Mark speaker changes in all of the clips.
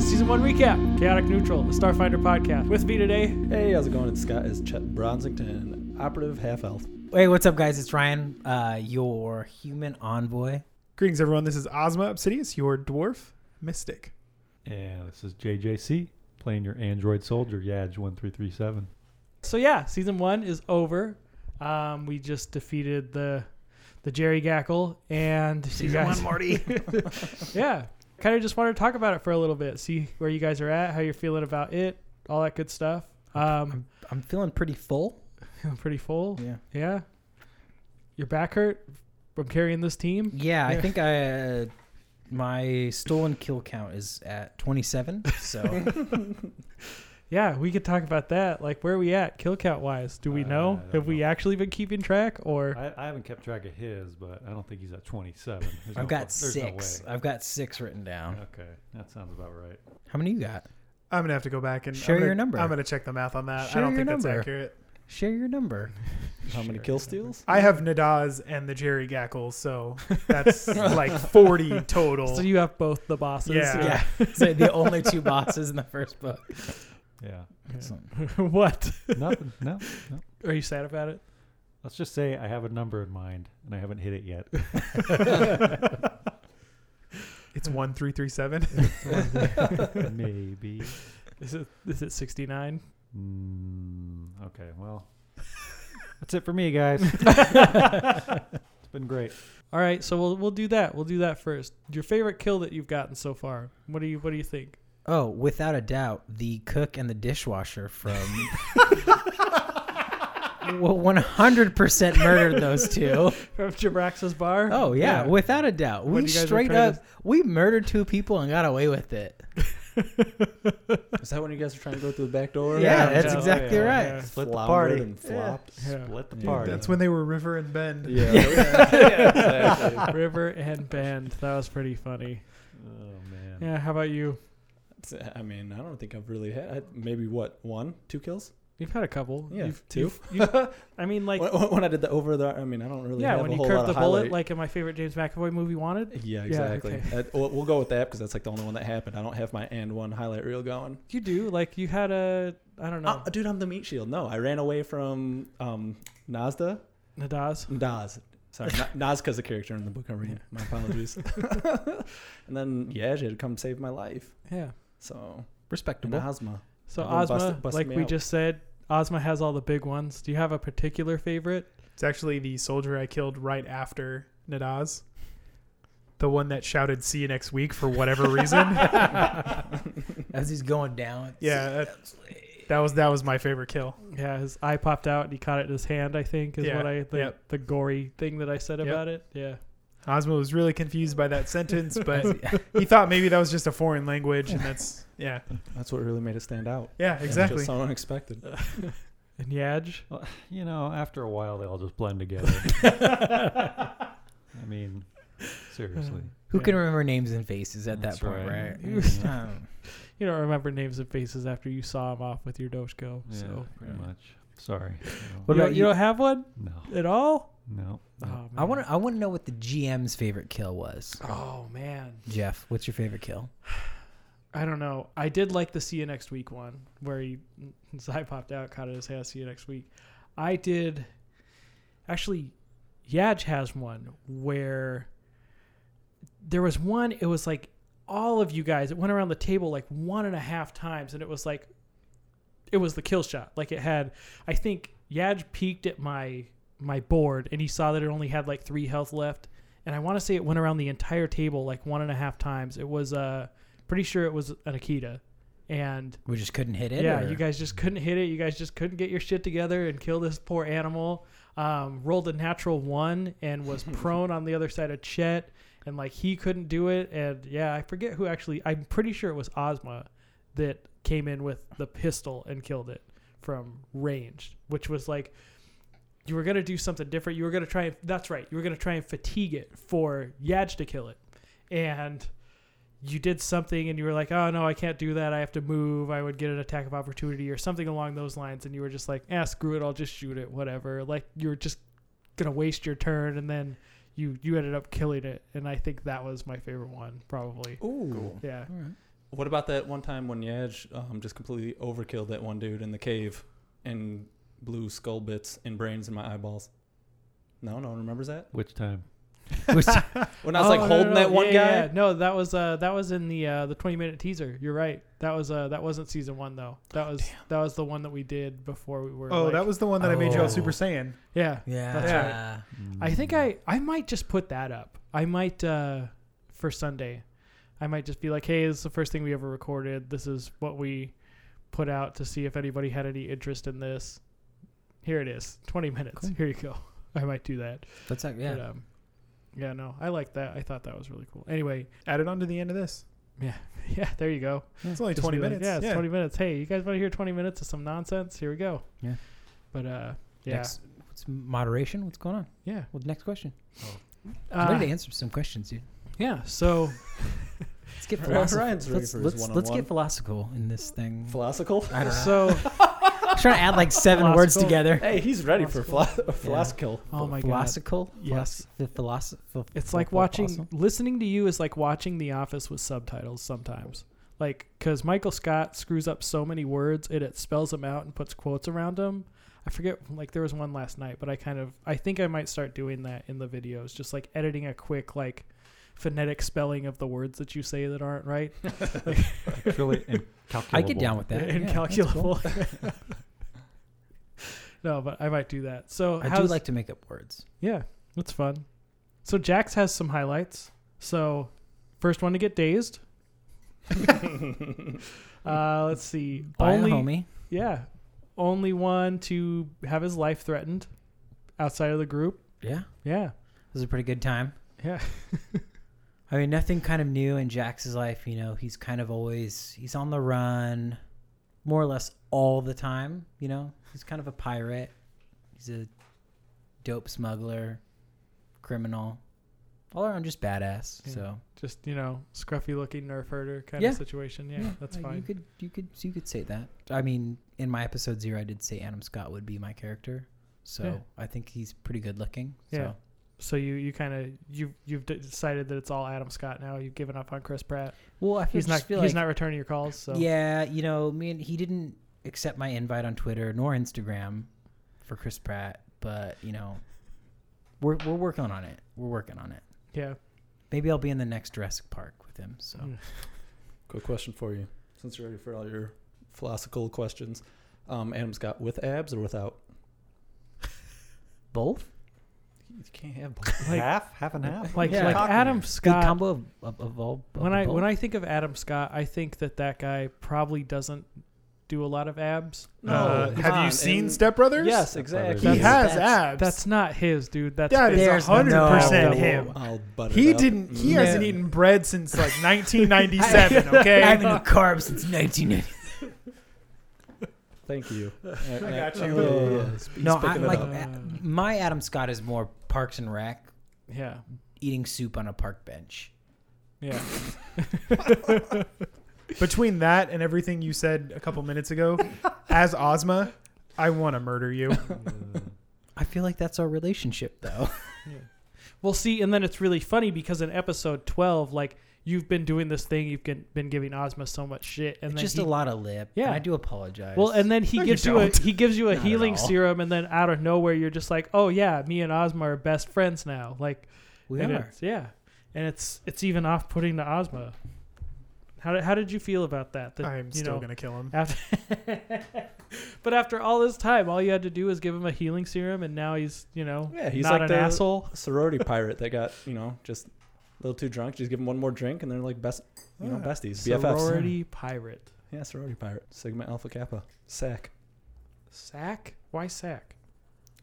Speaker 1: Season 1 recap Chaotic Neutral, the Starfinder podcast. With me today,
Speaker 2: Hey, how's it going? It's Scott is Chet Bronsington, operative half elf.
Speaker 3: Hey, what's up, guys? It's Ryan, uh, your human envoy.
Speaker 4: Greetings, everyone. This is Ozma Obsidius, your dwarf mystic.
Speaker 5: Yeah, this is JJC playing your android soldier, Yadge one three three seven.
Speaker 1: so yeah, Season 1 is over. Um, we just defeated the the Jerry Gackle and Season 1 Marty. yeah. Kind of just wanted to talk about it for a little bit, see where you guys are at, how you're feeling about it, all that good stuff. Um,
Speaker 3: I'm, I'm feeling pretty full.
Speaker 1: I'm pretty full.
Speaker 3: Yeah.
Speaker 1: Yeah. Your back hurt from carrying this team?
Speaker 3: Yeah, I think I uh, my stolen kill count is at 27. So
Speaker 1: Yeah, we could talk about that. Like, where are we at kill count wise? Do we
Speaker 5: Uh, I
Speaker 1: know?
Speaker 5: don't
Speaker 1: Have we
Speaker 5: know.
Speaker 1: actually been keeping track, or
Speaker 5: I, I haven't kept track of his, but I don't think he's at 27. There's no
Speaker 3: I've got
Speaker 5: fu- there's no
Speaker 3: six.
Speaker 5: way.
Speaker 3: I've got six written down.
Speaker 5: Okay, that sounds about right.
Speaker 3: How many you got?
Speaker 4: I'm gonna have to go back and I'm
Speaker 3: Share
Speaker 4: gonna-
Speaker 3: your number.
Speaker 4: I'm gonna check the math on that.
Speaker 3: Share
Speaker 4: I don't
Speaker 3: your
Speaker 4: think that's
Speaker 3: number.
Speaker 4: accurate.
Speaker 3: Share your number.
Speaker 2: How many kill steals?
Speaker 4: I have Nadaz and the Jerry Gackles, so that's like 40 total.
Speaker 1: so you have both the bosses?
Speaker 4: Yeah.
Speaker 3: Yeah, so the only two bosses in the first book.
Speaker 5: Yeah,
Speaker 3: Excellent.
Speaker 1: what?
Speaker 5: nothing. No, no.
Speaker 1: Are you sad about it?
Speaker 5: Let's just say I have a number in mind and I haven't hit it yet.
Speaker 4: it's 1337.
Speaker 5: Maybe.
Speaker 1: Is it is it 69?
Speaker 5: Mm, okay, well, that's it for me, guys. it's been great.
Speaker 1: All right, so we'll we'll do that. We'll do that first. Your favorite kill that you've gotten so far. What do you what do you think?
Speaker 3: Oh, without a doubt, the cook and the dishwasher from. well, 100% murdered those two.
Speaker 1: From Jabrax's bar?
Speaker 3: Oh yeah, without a doubt.
Speaker 1: When
Speaker 3: We
Speaker 1: you guys were
Speaker 3: straight
Speaker 1: trying
Speaker 3: up
Speaker 1: to-
Speaker 3: we murdered two people and got away with it.
Speaker 2: Is that when you guys are trying to go through the back door?
Speaker 3: Yeah,
Speaker 1: yeah,
Speaker 3: that's
Speaker 1: yeah,
Speaker 3: exactly
Speaker 5: yeah,
Speaker 3: right.
Speaker 1: yeah.
Speaker 5: Split the
Speaker 2: Floundered
Speaker 5: party.
Speaker 2: and flopped.
Speaker 1: Yeah.
Speaker 5: Split the
Speaker 2: Yeah.
Speaker 5: party.
Speaker 4: that's when they were River and Bend.
Speaker 2: Yeah. yeah, exactly.
Speaker 1: River and Bend. That was pretty funny.
Speaker 5: Oh man.
Speaker 1: Yeah, how about you?
Speaker 2: It's- I mean, I don't think I've really had I- maybe what one, two kills.
Speaker 1: You've had a couple.
Speaker 2: Yeah,
Speaker 1: You've,
Speaker 2: 2
Speaker 1: you've- you've- I mean, like,
Speaker 2: when, when I did the over the, I mean, I don't really.
Speaker 1: yeah,
Speaker 2: have
Speaker 1: when
Speaker 2: a
Speaker 1: you
Speaker 2: whole lot
Speaker 1: curved the
Speaker 2: of
Speaker 1: bullet,
Speaker 2: highlight.
Speaker 1: like in my favorite James McAvoy movie, Wanted.
Speaker 2: Yeah, exactly.
Speaker 1: okay.
Speaker 2: That- we'll, we'll go with that because that's like the only one that happened. I don't have my and one highlight reel going.
Speaker 1: You do. Like, you had a, I don't know,
Speaker 2: Uh, dude, I'm the meat shield. No, I ran away from um, Nazda.
Speaker 1: Nadaz.
Speaker 2: Nas. Sorry, Na- Nazca's a character in the book I'm reading. My apologies. and then Yaj had come save my life.
Speaker 1: Yeah.
Speaker 2: So and
Speaker 3: Respectable.
Speaker 2: Ozma.
Speaker 1: So
Speaker 2: Everyone
Speaker 1: Ozma,
Speaker 2: busted- busted
Speaker 1: like
Speaker 2: me
Speaker 1: we
Speaker 2: out.
Speaker 1: just said, Ozma has all the big ones. Do you have a particular favorite?
Speaker 4: It's actually the soldier I killed right after Nadaz. The one that shouted "See you next week" for whatever reason.
Speaker 3: As he's going down.
Speaker 4: yeah, that, that was that was my favorite kill.
Speaker 1: Yeah, his eye popped out and he caught it in his hand. I think is
Speaker 4: Yeah,
Speaker 1: what I the,
Speaker 4: yep.
Speaker 1: the gory thing that I said
Speaker 4: Yep.
Speaker 1: about it. Yeah.
Speaker 4: Ozma was really confused by that sentence, but he thought maybe that was just a foreign language, and that's yeah,
Speaker 2: That's what really made it stand out.
Speaker 4: yeah,
Speaker 2: It was
Speaker 4: exactly.
Speaker 2: Just so unexpected.
Speaker 1: And Yaj.
Speaker 5: You know, after a while, they all just blend together. I mean, seriously.
Speaker 3: Who
Speaker 1: Yeah.
Speaker 3: can remember names and faces at
Speaker 5: That's
Speaker 3: that point,
Speaker 5: right.
Speaker 3: right?
Speaker 5: Yeah.
Speaker 3: Um,
Speaker 1: You don't remember names and faces after you saw him off with your Doshko.
Speaker 5: Yeah,
Speaker 1: So
Speaker 5: pretty much. Sorry.
Speaker 3: What
Speaker 1: you,
Speaker 3: about
Speaker 1: don't, you
Speaker 3: you?
Speaker 1: don't have one
Speaker 5: No,
Speaker 1: at all?
Speaker 5: no.
Speaker 1: Oh,
Speaker 5: no.
Speaker 1: man.
Speaker 3: I want to I want to know what the GM's favorite kill was.
Speaker 1: Oh man.
Speaker 3: Jeff, what's your favorite kill?
Speaker 1: I don't know. I did like the see you next week one where he his eye popped out, caught it in his hand, see you next week. I did actually Yaj has one where there was one, it was like all of you guys, it went around the table like one and a half times, and it was like it was the kill shot. Like it had I think Yaj peeked at my my board and he saw that it only had like three health left. And I want to say it went around the entire table like one and a half times. It was uh pretty sure it was an Akita. And
Speaker 3: We just couldn't hit it.
Speaker 1: yeah,
Speaker 3: or-
Speaker 1: you guys just couldn't hit it. You guys just couldn't get your shit together and kill this poor animal. Um, rolled a natural one and was prone on the other side of Chet, and like he couldn't do it. And yeah, I forget who actually. I'm pretty sure it was Ozma that came in with the pistol and killed it from range, which was like you were gonna do something different. You were gonna try. And, that's right. You were gonna try and fatigue it for Yaj to kill it, and you did something and you were like, oh no, I can't do that. I have to move. I would get an attack of opportunity or something along those lines. And you were just like, ah, screw it. I'll just shoot it. Whatever. Like you're just gonna waste your turn, and then you you ended up killing it. And I think that was my favorite one, probably.
Speaker 2: Ooh.
Speaker 1: Yeah.
Speaker 3: All right.
Speaker 2: What about that one time when Yaj um, just completely overkilled that one dude in the cave and blew skull bits and brains in my eyeballs? No, no one remembers that.
Speaker 5: Uh, Which time?
Speaker 3: Which-
Speaker 2: When I was like holding that one
Speaker 1: Yeah,
Speaker 2: guy.
Speaker 1: yeah, yeah. Oh, No, that was uh that was in the uh the 20 minute teaser. You're right. That was uh that wasn't season 1 though. That was that was the one that we did before we were
Speaker 4: Oh,
Speaker 1: like-
Speaker 4: that was the one that I made you
Speaker 3: Oh.
Speaker 4: all Super Saiyan.
Speaker 1: Yeah.
Speaker 3: yeah.
Speaker 1: That's
Speaker 4: right.
Speaker 1: I think I I might just put that up. I might uh for Sunday. I might just be like, "Hey, this is the first thing we ever recorded. This is what we put out to see if anybody had any interest in this. Here it is. 20 minutes.
Speaker 3: Cool.
Speaker 1: Here you go." I might do that.
Speaker 3: That's ac- yeah.
Speaker 1: But, um, yeah, no. I like that. I thought that was really cool. Anyway,
Speaker 4: Add it on to the end of this.
Speaker 1: yeah, there you go.
Speaker 4: It's only
Speaker 1: Just
Speaker 4: 20
Speaker 1: be like,
Speaker 4: minutes.
Speaker 1: yeah, it's 20 minutes. Hey, you guys want to hear 20 minutes of some nonsense? Here we go.
Speaker 3: Yeah.
Speaker 1: But uh yeah.
Speaker 3: Next, what's moderation? What's going on?
Speaker 1: Yeah.
Speaker 3: Well, next question. I'm
Speaker 1: Uh,
Speaker 3: ready to answer some questions, dude.
Speaker 1: yeah. So
Speaker 3: Let's get
Speaker 2: Ryan's
Speaker 3: philosophical.
Speaker 2: ready
Speaker 3: Let's,
Speaker 2: for
Speaker 3: let's,
Speaker 2: his
Speaker 3: let's,
Speaker 2: one-on-one.
Speaker 3: get philosophical in this thing.
Speaker 2: Philosophical?
Speaker 3: I don't know.
Speaker 1: so
Speaker 3: I'm trying to add like seven words
Speaker 1: Philosophical.
Speaker 3: together.
Speaker 4: Oh
Speaker 2: Hey, he's ready for philo- philosophical.
Speaker 1: Oh
Speaker 4: Uh,
Speaker 1: my god.
Speaker 3: Philosophical?
Speaker 1: Yes.
Speaker 3: The philosoph-
Speaker 1: It's like watching listening to you is like watching The Office with subtitles sometimes. Like cuz Michael Scott screws up so many words and it spells them out and puts quotes around them. I forget like there was one last night, but I kind of I think I might start doing that in the videos, just like editing a quick like phonetic spelling of the words that you say that aren't right.
Speaker 5: It's really Mm, incalculable.
Speaker 3: I get down with that. Yeah, that's cool.
Speaker 1: incalculable. no, but I might do that. So
Speaker 3: I do
Speaker 1: how's-
Speaker 3: like to make up words.
Speaker 1: Yeah, that's fun. So Jax has some highlights. So first one to get dazed. uh, let's see.
Speaker 3: By
Speaker 1: only
Speaker 3: a homie.
Speaker 1: yeah, only one to have his life threatened outside of the group.
Speaker 3: Yeah. It
Speaker 1: Yeah,
Speaker 3: was a pretty good time.
Speaker 1: yeah,
Speaker 3: I mean, nothing kind of new in Jax's life. You know, he's kind of always he's on the run, more or less all the time. You know, he's kind of a pirate. He's a dope smuggler, criminal, all around just badass.
Speaker 1: Yeah.
Speaker 3: So
Speaker 1: just you know, scruffy looking nerf herder kind
Speaker 3: Yeah.
Speaker 1: of situation. Yeah, that's
Speaker 3: like,
Speaker 1: fine.
Speaker 3: You could you could you could say that. I mean, in my episode zero, I did say Adam Scott would be my character. So
Speaker 1: Yeah.
Speaker 3: I think he's pretty good looking.
Speaker 1: Yeah.
Speaker 3: So
Speaker 1: so you you kind of you you've d- decided that it's all Adam Scott now. You've given up on Chris Pratt.
Speaker 3: well, I feel,
Speaker 1: He's not
Speaker 3: just
Speaker 1: he's
Speaker 3: feel like-
Speaker 1: not returning your calls. So
Speaker 3: Yeah, you know, I mean, he didn't accept my invite on Twitter nor Instagram for Chris Pratt, but you know, we're we're working on it. We're working on it.
Speaker 1: yeah.
Speaker 3: Maybe I'll be in the next Jurassic Park with him. So
Speaker 1: Mm.
Speaker 2: Quick question for you. Since you're ready for all your philosophical questions, um, Adam Scott with abs or without?
Speaker 3: both
Speaker 2: You can't have
Speaker 1: Like-
Speaker 5: half, half and half.
Speaker 1: Like
Speaker 3: Yeah.
Speaker 1: like
Speaker 5: Cockney.
Speaker 1: Adam
Speaker 3: good
Speaker 1: Scott
Speaker 3: combo of, of, of all. of
Speaker 1: when I
Speaker 3: both.
Speaker 1: when I think of Adam Scott, I think that that guy probably doesn't do a lot of abs.
Speaker 2: No,
Speaker 4: Uh,
Speaker 2: come
Speaker 4: have you
Speaker 2: on,
Speaker 4: seen
Speaker 2: and-
Speaker 4: Step Brothers?
Speaker 2: Yes,
Speaker 5: exactly.
Speaker 2: exactly.
Speaker 4: He
Speaker 1: That's-
Speaker 4: has
Speaker 3: that's-
Speaker 4: abs.
Speaker 1: That's
Speaker 4: That's
Speaker 1: not his dude. That's
Speaker 4: that
Speaker 1: been-
Speaker 3: There's
Speaker 4: is hundred percent
Speaker 3: no-
Speaker 4: him.
Speaker 2: I'll butter
Speaker 4: He
Speaker 2: it up.
Speaker 4: didn't. He
Speaker 2: Mm.
Speaker 4: hasn't eaten bread since like 1997. Okay.
Speaker 3: I haven't eaten carbs since 1990.
Speaker 2: Thank you. I,
Speaker 4: got you.
Speaker 3: No, I,
Speaker 2: picking it
Speaker 3: like
Speaker 2: up.
Speaker 3: uh, my Adam Scott is more Parks and Rec,
Speaker 1: yeah,
Speaker 3: eating soup on a park bench.
Speaker 1: yeah.
Speaker 4: Between that and everything you said a couple minutes ago, as Ozma, I want to murder you.
Speaker 3: I feel like that's our relationship, though.
Speaker 1: Well, see, and then it's really funny because in episode twelve, like you've been doing this thing, you've been- been giving Ozma so much shit, and
Speaker 3: It's
Speaker 1: then
Speaker 3: just
Speaker 1: he,
Speaker 3: a lot of lip.
Speaker 1: Yeah.
Speaker 3: and I do apologize.
Speaker 1: well, and then he
Speaker 4: No, you
Speaker 1: gives you, a
Speaker 4: don't.
Speaker 1: he gives you a
Speaker 3: Not at
Speaker 1: healing
Speaker 3: all.
Speaker 1: serum, and then out of nowhere, you're just like, oh yeah, me and Ozma are best friends now. Like
Speaker 3: we
Speaker 1: and
Speaker 3: are.
Speaker 1: It's, yeah, and it's it's even off putting to Ozma. How did, how did you feel about that? That
Speaker 4: I'm
Speaker 1: you
Speaker 4: still
Speaker 1: know,
Speaker 4: gonna kill him.
Speaker 1: After but after all this time, all you had to do was give him a healing serum, and now he's you know
Speaker 2: Yeah, he's
Speaker 1: not
Speaker 2: like
Speaker 1: an
Speaker 2: the-
Speaker 1: asshole.
Speaker 2: sorority pirate that got you know just a little too drunk. Just give him one more drink, and they're like best, you know,
Speaker 4: Ah,
Speaker 2: besties, BFFs.
Speaker 1: Sorority pirate.
Speaker 2: Yeah, sorority pirate. Sigma Alpha Kappa. Sac.
Speaker 1: Sack? Why sack?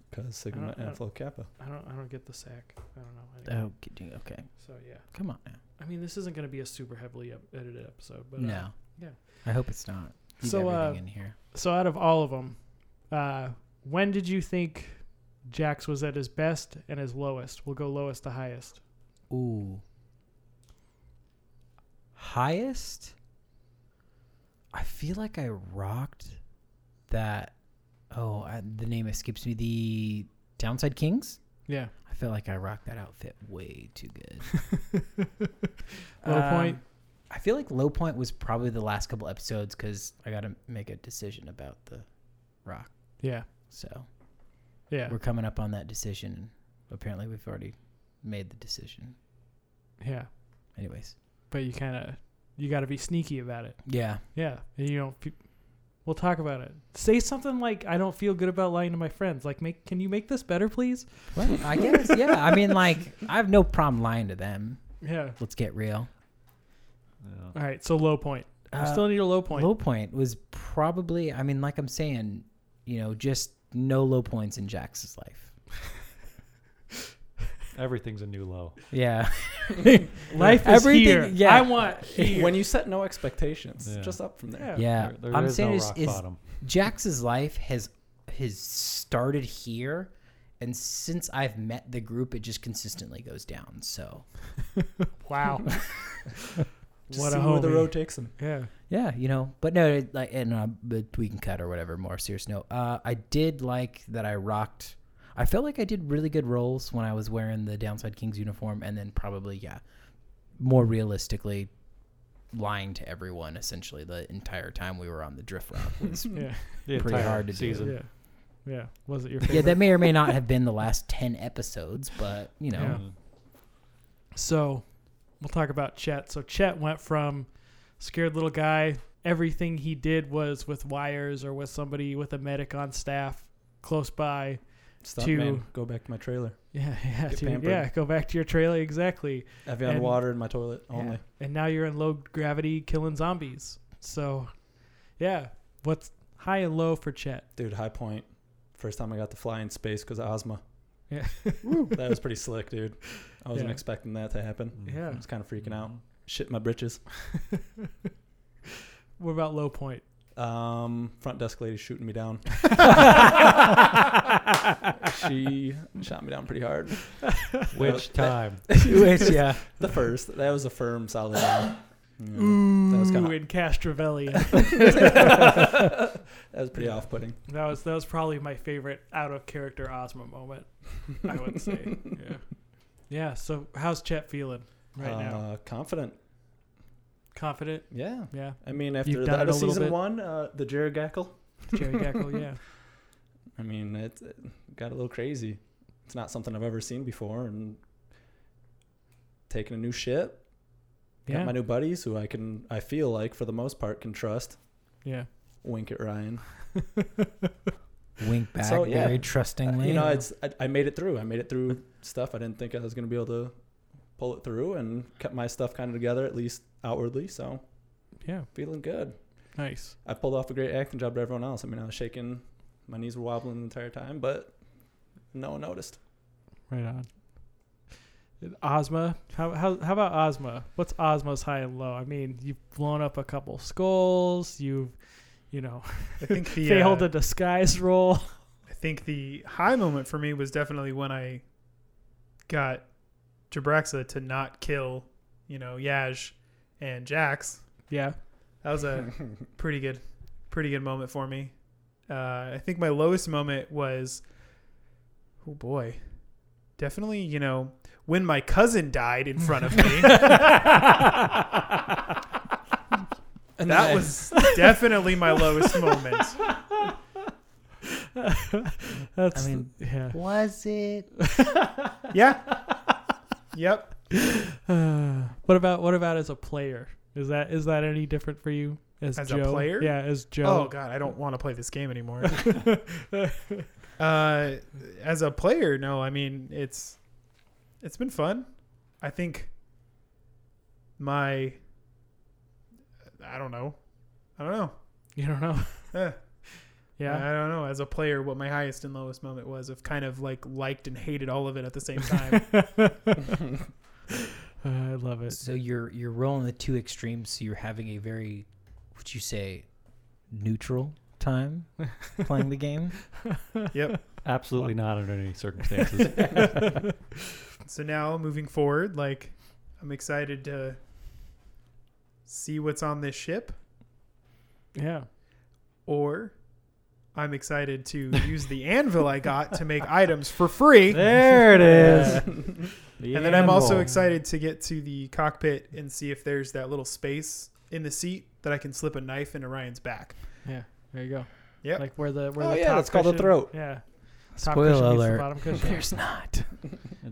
Speaker 2: Because
Speaker 1: I
Speaker 2: Sigma
Speaker 5: Uh,
Speaker 1: don't- I don't-
Speaker 2: Alpha Kappa.
Speaker 1: I don't I don't get the sack. I don't know. Anyway,
Speaker 3: Oh, kidding. okay.
Speaker 1: So yeah,
Speaker 3: Come on now.
Speaker 1: I mean this isn't going to be a super heavily ep- edited episode, but uh,
Speaker 3: no.
Speaker 1: yeah.
Speaker 3: I hope it's not. Leave
Speaker 1: So,
Speaker 3: everything
Speaker 1: uh,
Speaker 3: in here.
Speaker 1: so out of all of them, uh, when did you think Jax was at his best and his lowest? We'll go lowest to highest.
Speaker 3: Ooh. Highest? I feel like I rocked that. Oh, I, the name escapes me. The Downside Kings?
Speaker 1: Yeah.
Speaker 3: I felt like I rocked that outfit way too good.
Speaker 1: Low
Speaker 3: Um,
Speaker 1: point?
Speaker 3: I feel like low point was probably the last couple episodes because I got to make a decision about the rock.
Speaker 4: Yeah.
Speaker 3: So
Speaker 4: Yeah.
Speaker 3: we're coming up on that decision. and Apparently, we've already made the decision.
Speaker 4: Yeah.
Speaker 3: Anyways,
Speaker 4: But you kind of you got to be sneaky about it.
Speaker 3: yeah,
Speaker 4: Yeah.
Speaker 1: And you don't. Pe- we'll talk about it. Say something like, "I don't feel good about lying to my friends." Like, make can you make this better, please?
Speaker 3: well, I guess yeah. I mean, like I have no problem lying to them.
Speaker 1: Yeah.
Speaker 3: Let's get real.
Speaker 5: Yeah.
Speaker 1: All right. So low point.
Speaker 3: Uh,
Speaker 1: we still need a low point.
Speaker 3: Low point was probably, I mean, like I'm saying, you know, just no low points in Jax's life.
Speaker 5: Everything's a new low.
Speaker 3: Yeah.
Speaker 1: Life is
Speaker 3: Everything-
Speaker 1: here.
Speaker 3: yeah.
Speaker 1: I want here.
Speaker 2: When you set no expectations,
Speaker 5: Yeah.
Speaker 2: just up from there.
Speaker 1: Yeah.
Speaker 3: Yeah.
Speaker 5: There- there
Speaker 3: I'm
Speaker 5: is
Speaker 3: saying
Speaker 5: no
Speaker 3: is,
Speaker 5: rock
Speaker 3: is
Speaker 5: bottom.
Speaker 3: Jax's life has has started here and since I've met the group it just consistently goes down. So
Speaker 1: wow.
Speaker 2: Just
Speaker 1: What a
Speaker 2: see where the
Speaker 1: homie.
Speaker 2: road takes him.
Speaker 1: yeah.
Speaker 3: yeah, you know, but no, it- like, and uh, but we can cut or whatever. More serious note, uh, I did like that I rocked. I felt like I did really good rolls when I was wearing the Downside Kings uniform, and then probably yeah, more realistically, lying to everyone essentially the entire time we were on the drift route was
Speaker 1: Yeah.
Speaker 5: The
Speaker 3: pretty
Speaker 5: entire
Speaker 3: hard to do.
Speaker 5: season.
Speaker 1: Yeah. Yeah. Was it your
Speaker 3: yeah.
Speaker 1: favorite?
Speaker 3: That may or may not have been the last ten episodes, but you know,
Speaker 1: Yeah.
Speaker 5: Mhm.
Speaker 1: So we'll talk about Chet. So Chet went from scared little guy. Everything he did was with wires or with somebody with a medic on staff close by.
Speaker 2: Stop,
Speaker 1: To-
Speaker 2: man. Go back to my trailer.
Speaker 1: Yeah, yeah,
Speaker 2: Get
Speaker 1: dude.
Speaker 2: pampered.
Speaker 1: yeah. Go back to your trailer exactly.
Speaker 2: Evian
Speaker 1: And-
Speaker 2: water in my toilet only.
Speaker 1: And now you're in low gravity killing zombies. So, yeah, what's high and low for Chet?
Speaker 2: Dude, high point. First time I got to fly in space because of Ozma.
Speaker 1: Yeah.
Speaker 2: that was pretty slick, dude. I wasn't
Speaker 1: Yeah.
Speaker 2: expecting that to happen.
Speaker 5: Mhm.
Speaker 1: Yeah.
Speaker 2: I was kind of freaking out. Shit my britches.
Speaker 1: What about low point?
Speaker 2: Um, front desk lady shooting me down. she shot me down pretty hard.
Speaker 5: Which time?
Speaker 3: which yeah,
Speaker 2: The first. That was a firm, solid round. Yeah.
Speaker 1: Ooh,
Speaker 2: was kinda-
Speaker 1: in Castrovelli.
Speaker 2: that was pretty off-putting.
Speaker 1: That was that was probably my favorite out of character Ozma moment. I would say. yeah. Yeah. So how's Chet feeling right now?
Speaker 2: Uh, confident.
Speaker 1: Confident.
Speaker 2: Yeah.
Speaker 1: Yeah.
Speaker 2: I mean,
Speaker 1: You've
Speaker 2: after
Speaker 1: done
Speaker 2: the
Speaker 1: it
Speaker 2: out of
Speaker 1: a little
Speaker 2: season
Speaker 1: bit.
Speaker 2: one, uh, the Jared Gackle.
Speaker 1: Jerry Gackle. Yeah.
Speaker 2: I mean, it, it got a little crazy. It's not something I've ever seen before, and taking a new ship. Got my
Speaker 1: Yeah.
Speaker 2: new buddies who I can, I feel like for the most part, can trust.
Speaker 1: Yeah.
Speaker 2: Wink at Ryan.
Speaker 3: wink back
Speaker 2: So, yeah.
Speaker 3: very trustingly.
Speaker 2: You know, it's I, I made it through. I made it through stuff I didn't think I was going to be able to pull it through, and kept my stuff kind of together at least outwardly. So
Speaker 1: Yeah.
Speaker 2: feeling good.
Speaker 1: Nice.
Speaker 2: I pulled off a great acting job to everyone else. I mean, I was shaking, my knees were wobbling the entire time, but no one noticed.
Speaker 1: Right on. Ozma. How how how about Ozma? What's Ozma's high and low? I mean, you've blown up a couple skulls. You've, you know,
Speaker 4: I think the
Speaker 1: failed
Speaker 4: uh,
Speaker 1: a disguise roll.
Speaker 4: I think the high moment for me was definitely when I got Jabraxa to not kill, you know, Yaj and Jax.
Speaker 1: Yeah.
Speaker 4: That was a pretty good, pretty good moment for me. Uh, I think my lowest moment was, oh boy, definitely you know when my cousin died in front of me.
Speaker 2: And
Speaker 4: that
Speaker 2: then-
Speaker 4: was definitely my lowest moment.
Speaker 1: That's
Speaker 3: I mean,
Speaker 1: yeah.
Speaker 3: was it?
Speaker 4: Yeah. Yep.
Speaker 1: Uh, what about what about as a player? Is that is that any different for you as,
Speaker 4: As a
Speaker 1: Joe?
Speaker 4: player?
Speaker 1: Yeah, as
Speaker 4: Oh
Speaker 1: Joe.
Speaker 4: god, I don't want to play this game anymore. uh, as a player, no. I mean, it's it's been fun. I think my I don't know. I don't know.
Speaker 1: you don't know.
Speaker 4: Eh,
Speaker 1: Yeah.
Speaker 4: I don't know. As a player, what my highest and lowest moment was of kind of like liked and hated all of it at the same time.
Speaker 1: Uh, I love it.
Speaker 3: So you're you're rolling the two extremes. So you're having a very, would you say, neutral time playing the game.
Speaker 4: yep.
Speaker 5: Absolutely not under any circumstances.
Speaker 4: So now moving forward, like I'm excited to see what's on this ship.
Speaker 1: Yeah.
Speaker 4: or I'm excited to use the anvil I got to make items for free.
Speaker 5: There it is.
Speaker 4: and then I'm also excited to get to the cockpit and see if there's that little space in the seat that I can slip a knife into Ryan's back.
Speaker 1: Yeah, there you go.
Speaker 4: Yep.
Speaker 1: Like where the where
Speaker 2: Oh,
Speaker 1: the
Speaker 2: yeah,
Speaker 1: top
Speaker 2: that's called a
Speaker 1: cushion-
Speaker 2: throat.
Speaker 1: Yeah. Top
Speaker 3: Spoiler
Speaker 1: cushion meets the
Speaker 3: alert.
Speaker 1: Bottom cushion.
Speaker 3: not.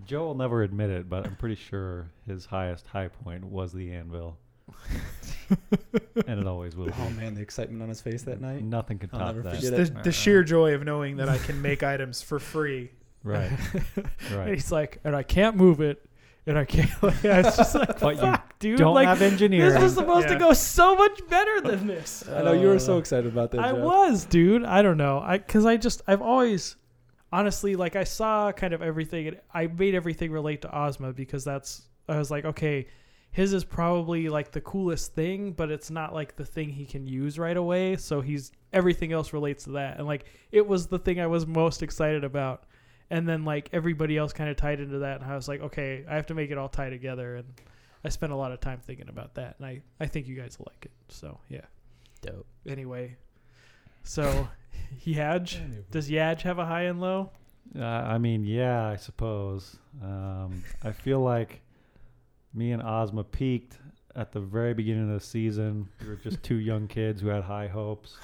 Speaker 5: Joe will never admit it, but I'm pretty sure his highest high point was the anvil. and it always will be.
Speaker 2: Oh man, the excitement on his face that night.
Speaker 5: Nothing can
Speaker 2: I'll
Speaker 5: top
Speaker 2: never
Speaker 5: that.
Speaker 2: forget
Speaker 4: The,
Speaker 1: Uh,
Speaker 4: the sheer joy of knowing that I can make items for free.
Speaker 5: Right.
Speaker 1: And
Speaker 5: Right.
Speaker 1: he's like, and I can't move it, and I can't. Like, I was just like,
Speaker 5: But you
Speaker 1: fuck, dude.
Speaker 5: Don't
Speaker 1: like
Speaker 5: have engineering.
Speaker 1: this was supposed to
Speaker 4: Yeah.
Speaker 1: go so much better than this.
Speaker 2: I know you were so
Speaker 1: Uh,
Speaker 2: excited about that.
Speaker 1: I
Speaker 2: Jeff.
Speaker 1: was, dude. I don't know. I because I just I've always honestly like I saw kind of everything. And I made everything relate to Ozma because that's I was like, okay, his is probably like the coolest thing, but it's not like the thing he can use right away. So he's everything else relates to that, and like it was the thing I was most excited about. And then like everybody else kind of tied into that, and I was like, okay, I have to make it all tie together. And I spent a lot of time thinking about that, and I I think you guys will like it. So yeah
Speaker 3: Dope.
Speaker 1: anyway. So, Yaj, does Yaj have a high and low?
Speaker 5: Uh, I mean, yeah, I suppose. Um, I feel like me and Ozma peaked at the very beginning of the season. We were just two young kids who had high hopes.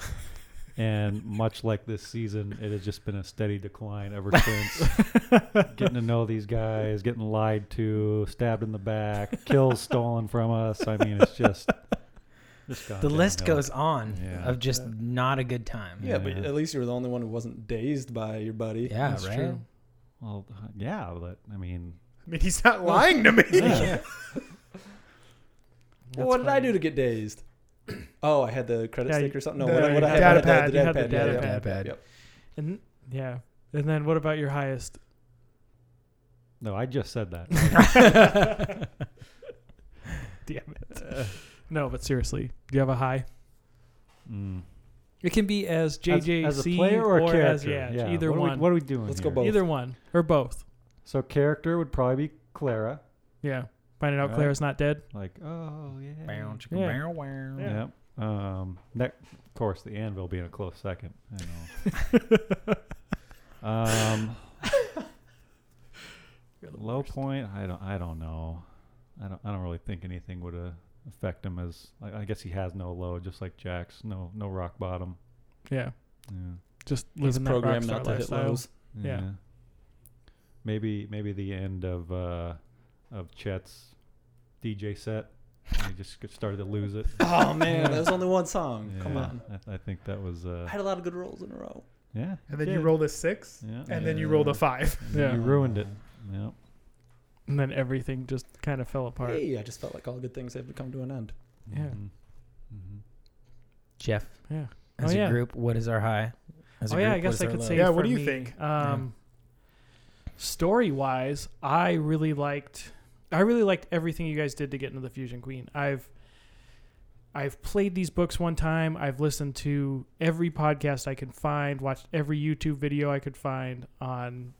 Speaker 5: And much like this season, it has just been a steady decline ever since. getting to know these guys, getting lied to, stabbed in the back, kills stolen from us. I mean, it's just. just gone
Speaker 3: The list
Speaker 5: downhill.
Speaker 3: goes on
Speaker 5: Yeah.
Speaker 3: of just not a good time.
Speaker 2: Yeah, but
Speaker 5: Yeah.
Speaker 2: at least you were the only one who wasn't dazed by your buddy.
Speaker 3: Yeah,
Speaker 1: That's
Speaker 3: right.
Speaker 1: true.
Speaker 5: Well, yeah, but I mean,
Speaker 4: I mean, he's not lying to me.
Speaker 5: yeah.
Speaker 2: Well, what did I do to get dazed? Oh, I had the credit
Speaker 1: Yeah,
Speaker 2: stick
Speaker 1: you-
Speaker 2: or something. No,
Speaker 4: the-
Speaker 2: what, what I had,
Speaker 4: data
Speaker 2: I had
Speaker 4: pad.
Speaker 2: The,
Speaker 4: You
Speaker 2: data
Speaker 1: had the
Speaker 2: pad.
Speaker 1: data
Speaker 2: yeah,
Speaker 1: pad.
Speaker 2: Yep.
Speaker 1: And yeah, and then what about your highest?
Speaker 5: no, I just said that.
Speaker 1: Damn it. No, but seriously, do you have a high?
Speaker 5: Mm.
Speaker 1: It can be as
Speaker 5: As-
Speaker 1: JJC
Speaker 5: as, a player or, a character?
Speaker 1: as Yaj, either
Speaker 5: what Are we,
Speaker 1: one.
Speaker 5: what are we doing?
Speaker 2: Let's go
Speaker 5: here?
Speaker 2: both.
Speaker 1: Either one or both.
Speaker 5: So character would probably be Clara.
Speaker 1: Yeah. Finding out
Speaker 5: Alright.
Speaker 1: Claire's not dead.
Speaker 5: Like, oh yeah.
Speaker 3: Bow, chicka,
Speaker 1: Yeah.
Speaker 3: bow, wow.
Speaker 1: Yeah.
Speaker 5: Yep. Um, that, of course, the anvil being a close second. I know. um, low point. I don't. I don't know. I don't. I don't really think anything would uh, affect him as. Like, I guess he has no low, just like Jack's. No. No rock bottom.
Speaker 1: Yeah.
Speaker 5: Yeah.
Speaker 1: Just
Speaker 2: He's
Speaker 1: living that rock
Speaker 2: programmed
Speaker 1: star
Speaker 2: not to hit
Speaker 1: lifestyle.
Speaker 2: lows.
Speaker 1: Yeah.
Speaker 5: Maybe maybe the end of uh of Chet's DJ set. He just get- started to lose it.
Speaker 2: Oh man, that was only one song. Oh, Come
Speaker 5: Yeah,
Speaker 2: on.
Speaker 5: I, I think that was uh
Speaker 2: I had a lot of good rolls in a row.
Speaker 5: yeah.
Speaker 4: And then
Speaker 5: he
Speaker 4: you
Speaker 5: did.
Speaker 4: rolled a six,
Speaker 5: Yeah.
Speaker 4: and then you rolled a five.
Speaker 5: And then
Speaker 1: Yeah.
Speaker 5: You ruined it. Yep.
Speaker 1: And then everything just kind of fell apart.
Speaker 2: Hey, I just felt like all good things have come to an end.
Speaker 1: Yeah.
Speaker 5: Mhm. Mhm.
Speaker 3: Jeff,
Speaker 1: Yeah.
Speaker 3: as
Speaker 1: Oh,
Speaker 3: a
Speaker 1: yeah.
Speaker 3: group, what is our high? As a
Speaker 1: oh yeah,
Speaker 3: group,
Speaker 1: I
Speaker 3: what
Speaker 1: guess
Speaker 3: is
Speaker 1: I
Speaker 3: our
Speaker 1: could
Speaker 3: low?
Speaker 1: say.
Speaker 4: Yeah,
Speaker 1: for
Speaker 4: what do you
Speaker 1: me,
Speaker 4: think?
Speaker 1: Um, Story wise, I really liked. I really liked everything you guys did to get into the Fusion Queen. I've I've played these books one time. I've listened to every podcast I can find, watched every YouTube video I could find on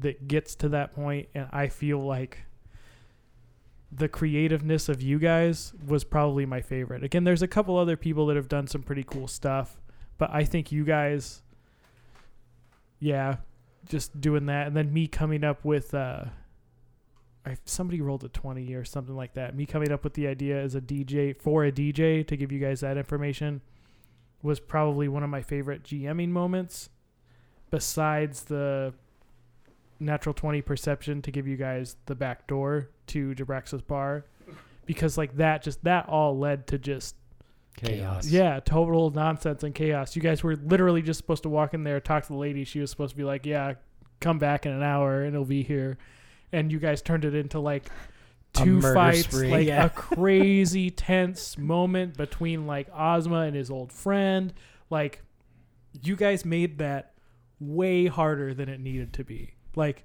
Speaker 1: that gets to that point, and I feel like the creativeness of you guys was probably my favorite. Again, there's a couple other people that have done some pretty cool stuff, but I think you guys, yeah, just doing that, and then me coming up with, uh, I, somebody rolled a twenty or something like that. Me coming up with the idea as a DJ for a DJ to give you guys that information was probably one of my favorite GMing moments. Besides the natural 20 perception to give you guys the back door to Jabrax's bar because like that just that all led to just
Speaker 3: Chaos.
Speaker 1: yeah total nonsense and chaos you guys were literally just supposed to walk in there talk to the lady she was supposed to be like yeah come back in an hour and it'll be here and you guys turned it into like
Speaker 3: A
Speaker 1: two
Speaker 3: murder
Speaker 1: fights
Speaker 3: spree.
Speaker 1: like
Speaker 3: Yeah.
Speaker 1: a crazy tense moment between like ozma and his old friend like you guys made that way harder than it needed to be like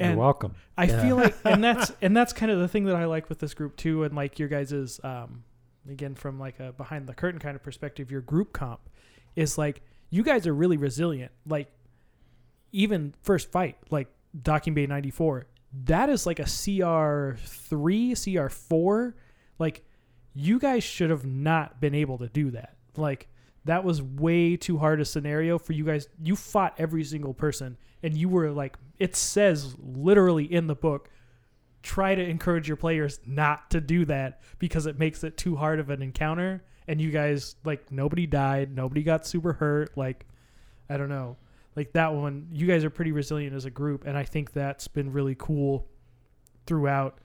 Speaker 5: You're
Speaker 1: and
Speaker 5: welcome.
Speaker 1: I
Speaker 3: Yeah.
Speaker 1: feel like, and that's and that's kind of the thing that I like with this group too, and like your guys's, um, again from like a behind the curtain kind of perspective, your group comp is like you guys are really resilient. Like even first fight, like Docking Bay ninety four, that is like a CR three, CR four. Like you guys should have not been able to do that. Like that was way too hard a scenario for you guys. You fought every single person, and you were like, it says literally in the book, try to encourage your players not to do that because it makes it too hard of an encounter. And you guys, like, nobody died, nobody got super hurt. Like, I don't know. Like, that one, you guys are pretty resilient as a group, and I think that's been really cool throughout.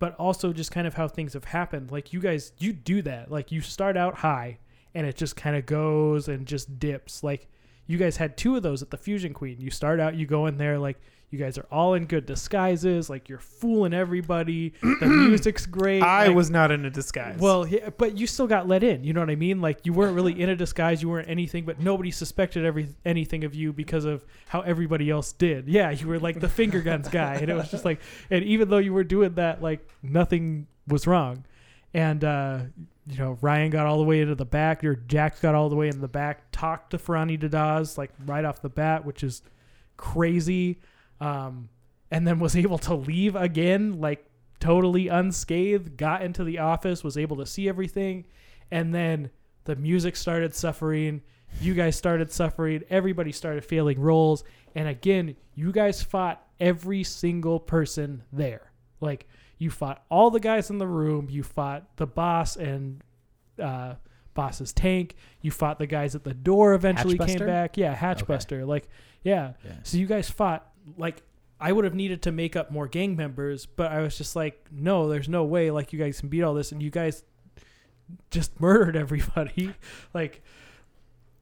Speaker 1: But also, just kind of how things have happened. Like, you guys, you do that. Like, you start out high, and it just kind of goes and just dips. Like you guys had two of those at the Fusion Queen. You start out, you go in there like you guys are all in good disguises, like you're fooling everybody. the music's great.
Speaker 4: I
Speaker 1: like-
Speaker 4: was not in a disguise.
Speaker 1: well, yeah, but you still got let in. You know what I mean? Like you weren't really in a disguise. You weren't anything, but nobody suspected every anything of you because of how everybody else did. Yeah, you were like the finger guns guy, and it was just like, and even though you were doing that, like nothing was wrong. And uh, you know, Ryan got all the way into the back. Your Jack got all the way in the back. Talked to Ferrani Dadaz like right off the bat, which is crazy. Um, and then was able to leave again, like totally unscathed, got into the office, was able to see everything, and then the music started suffering, you guys started suffering, everybody started failing roles, and again, you guys fought every single person there. Like you fought all the guys in the room, you fought the boss and uh boss's tank, you fought the guys at the door eventually came
Speaker 3: Hatchbuster?
Speaker 1: back. Yeah, Hatchbuster. Like yeah.
Speaker 3: Yeah.
Speaker 1: So you guys fought like I would have needed to make up more gang members, but I was just like, no, there's no way like you guys can beat all this and you guys just murdered everybody like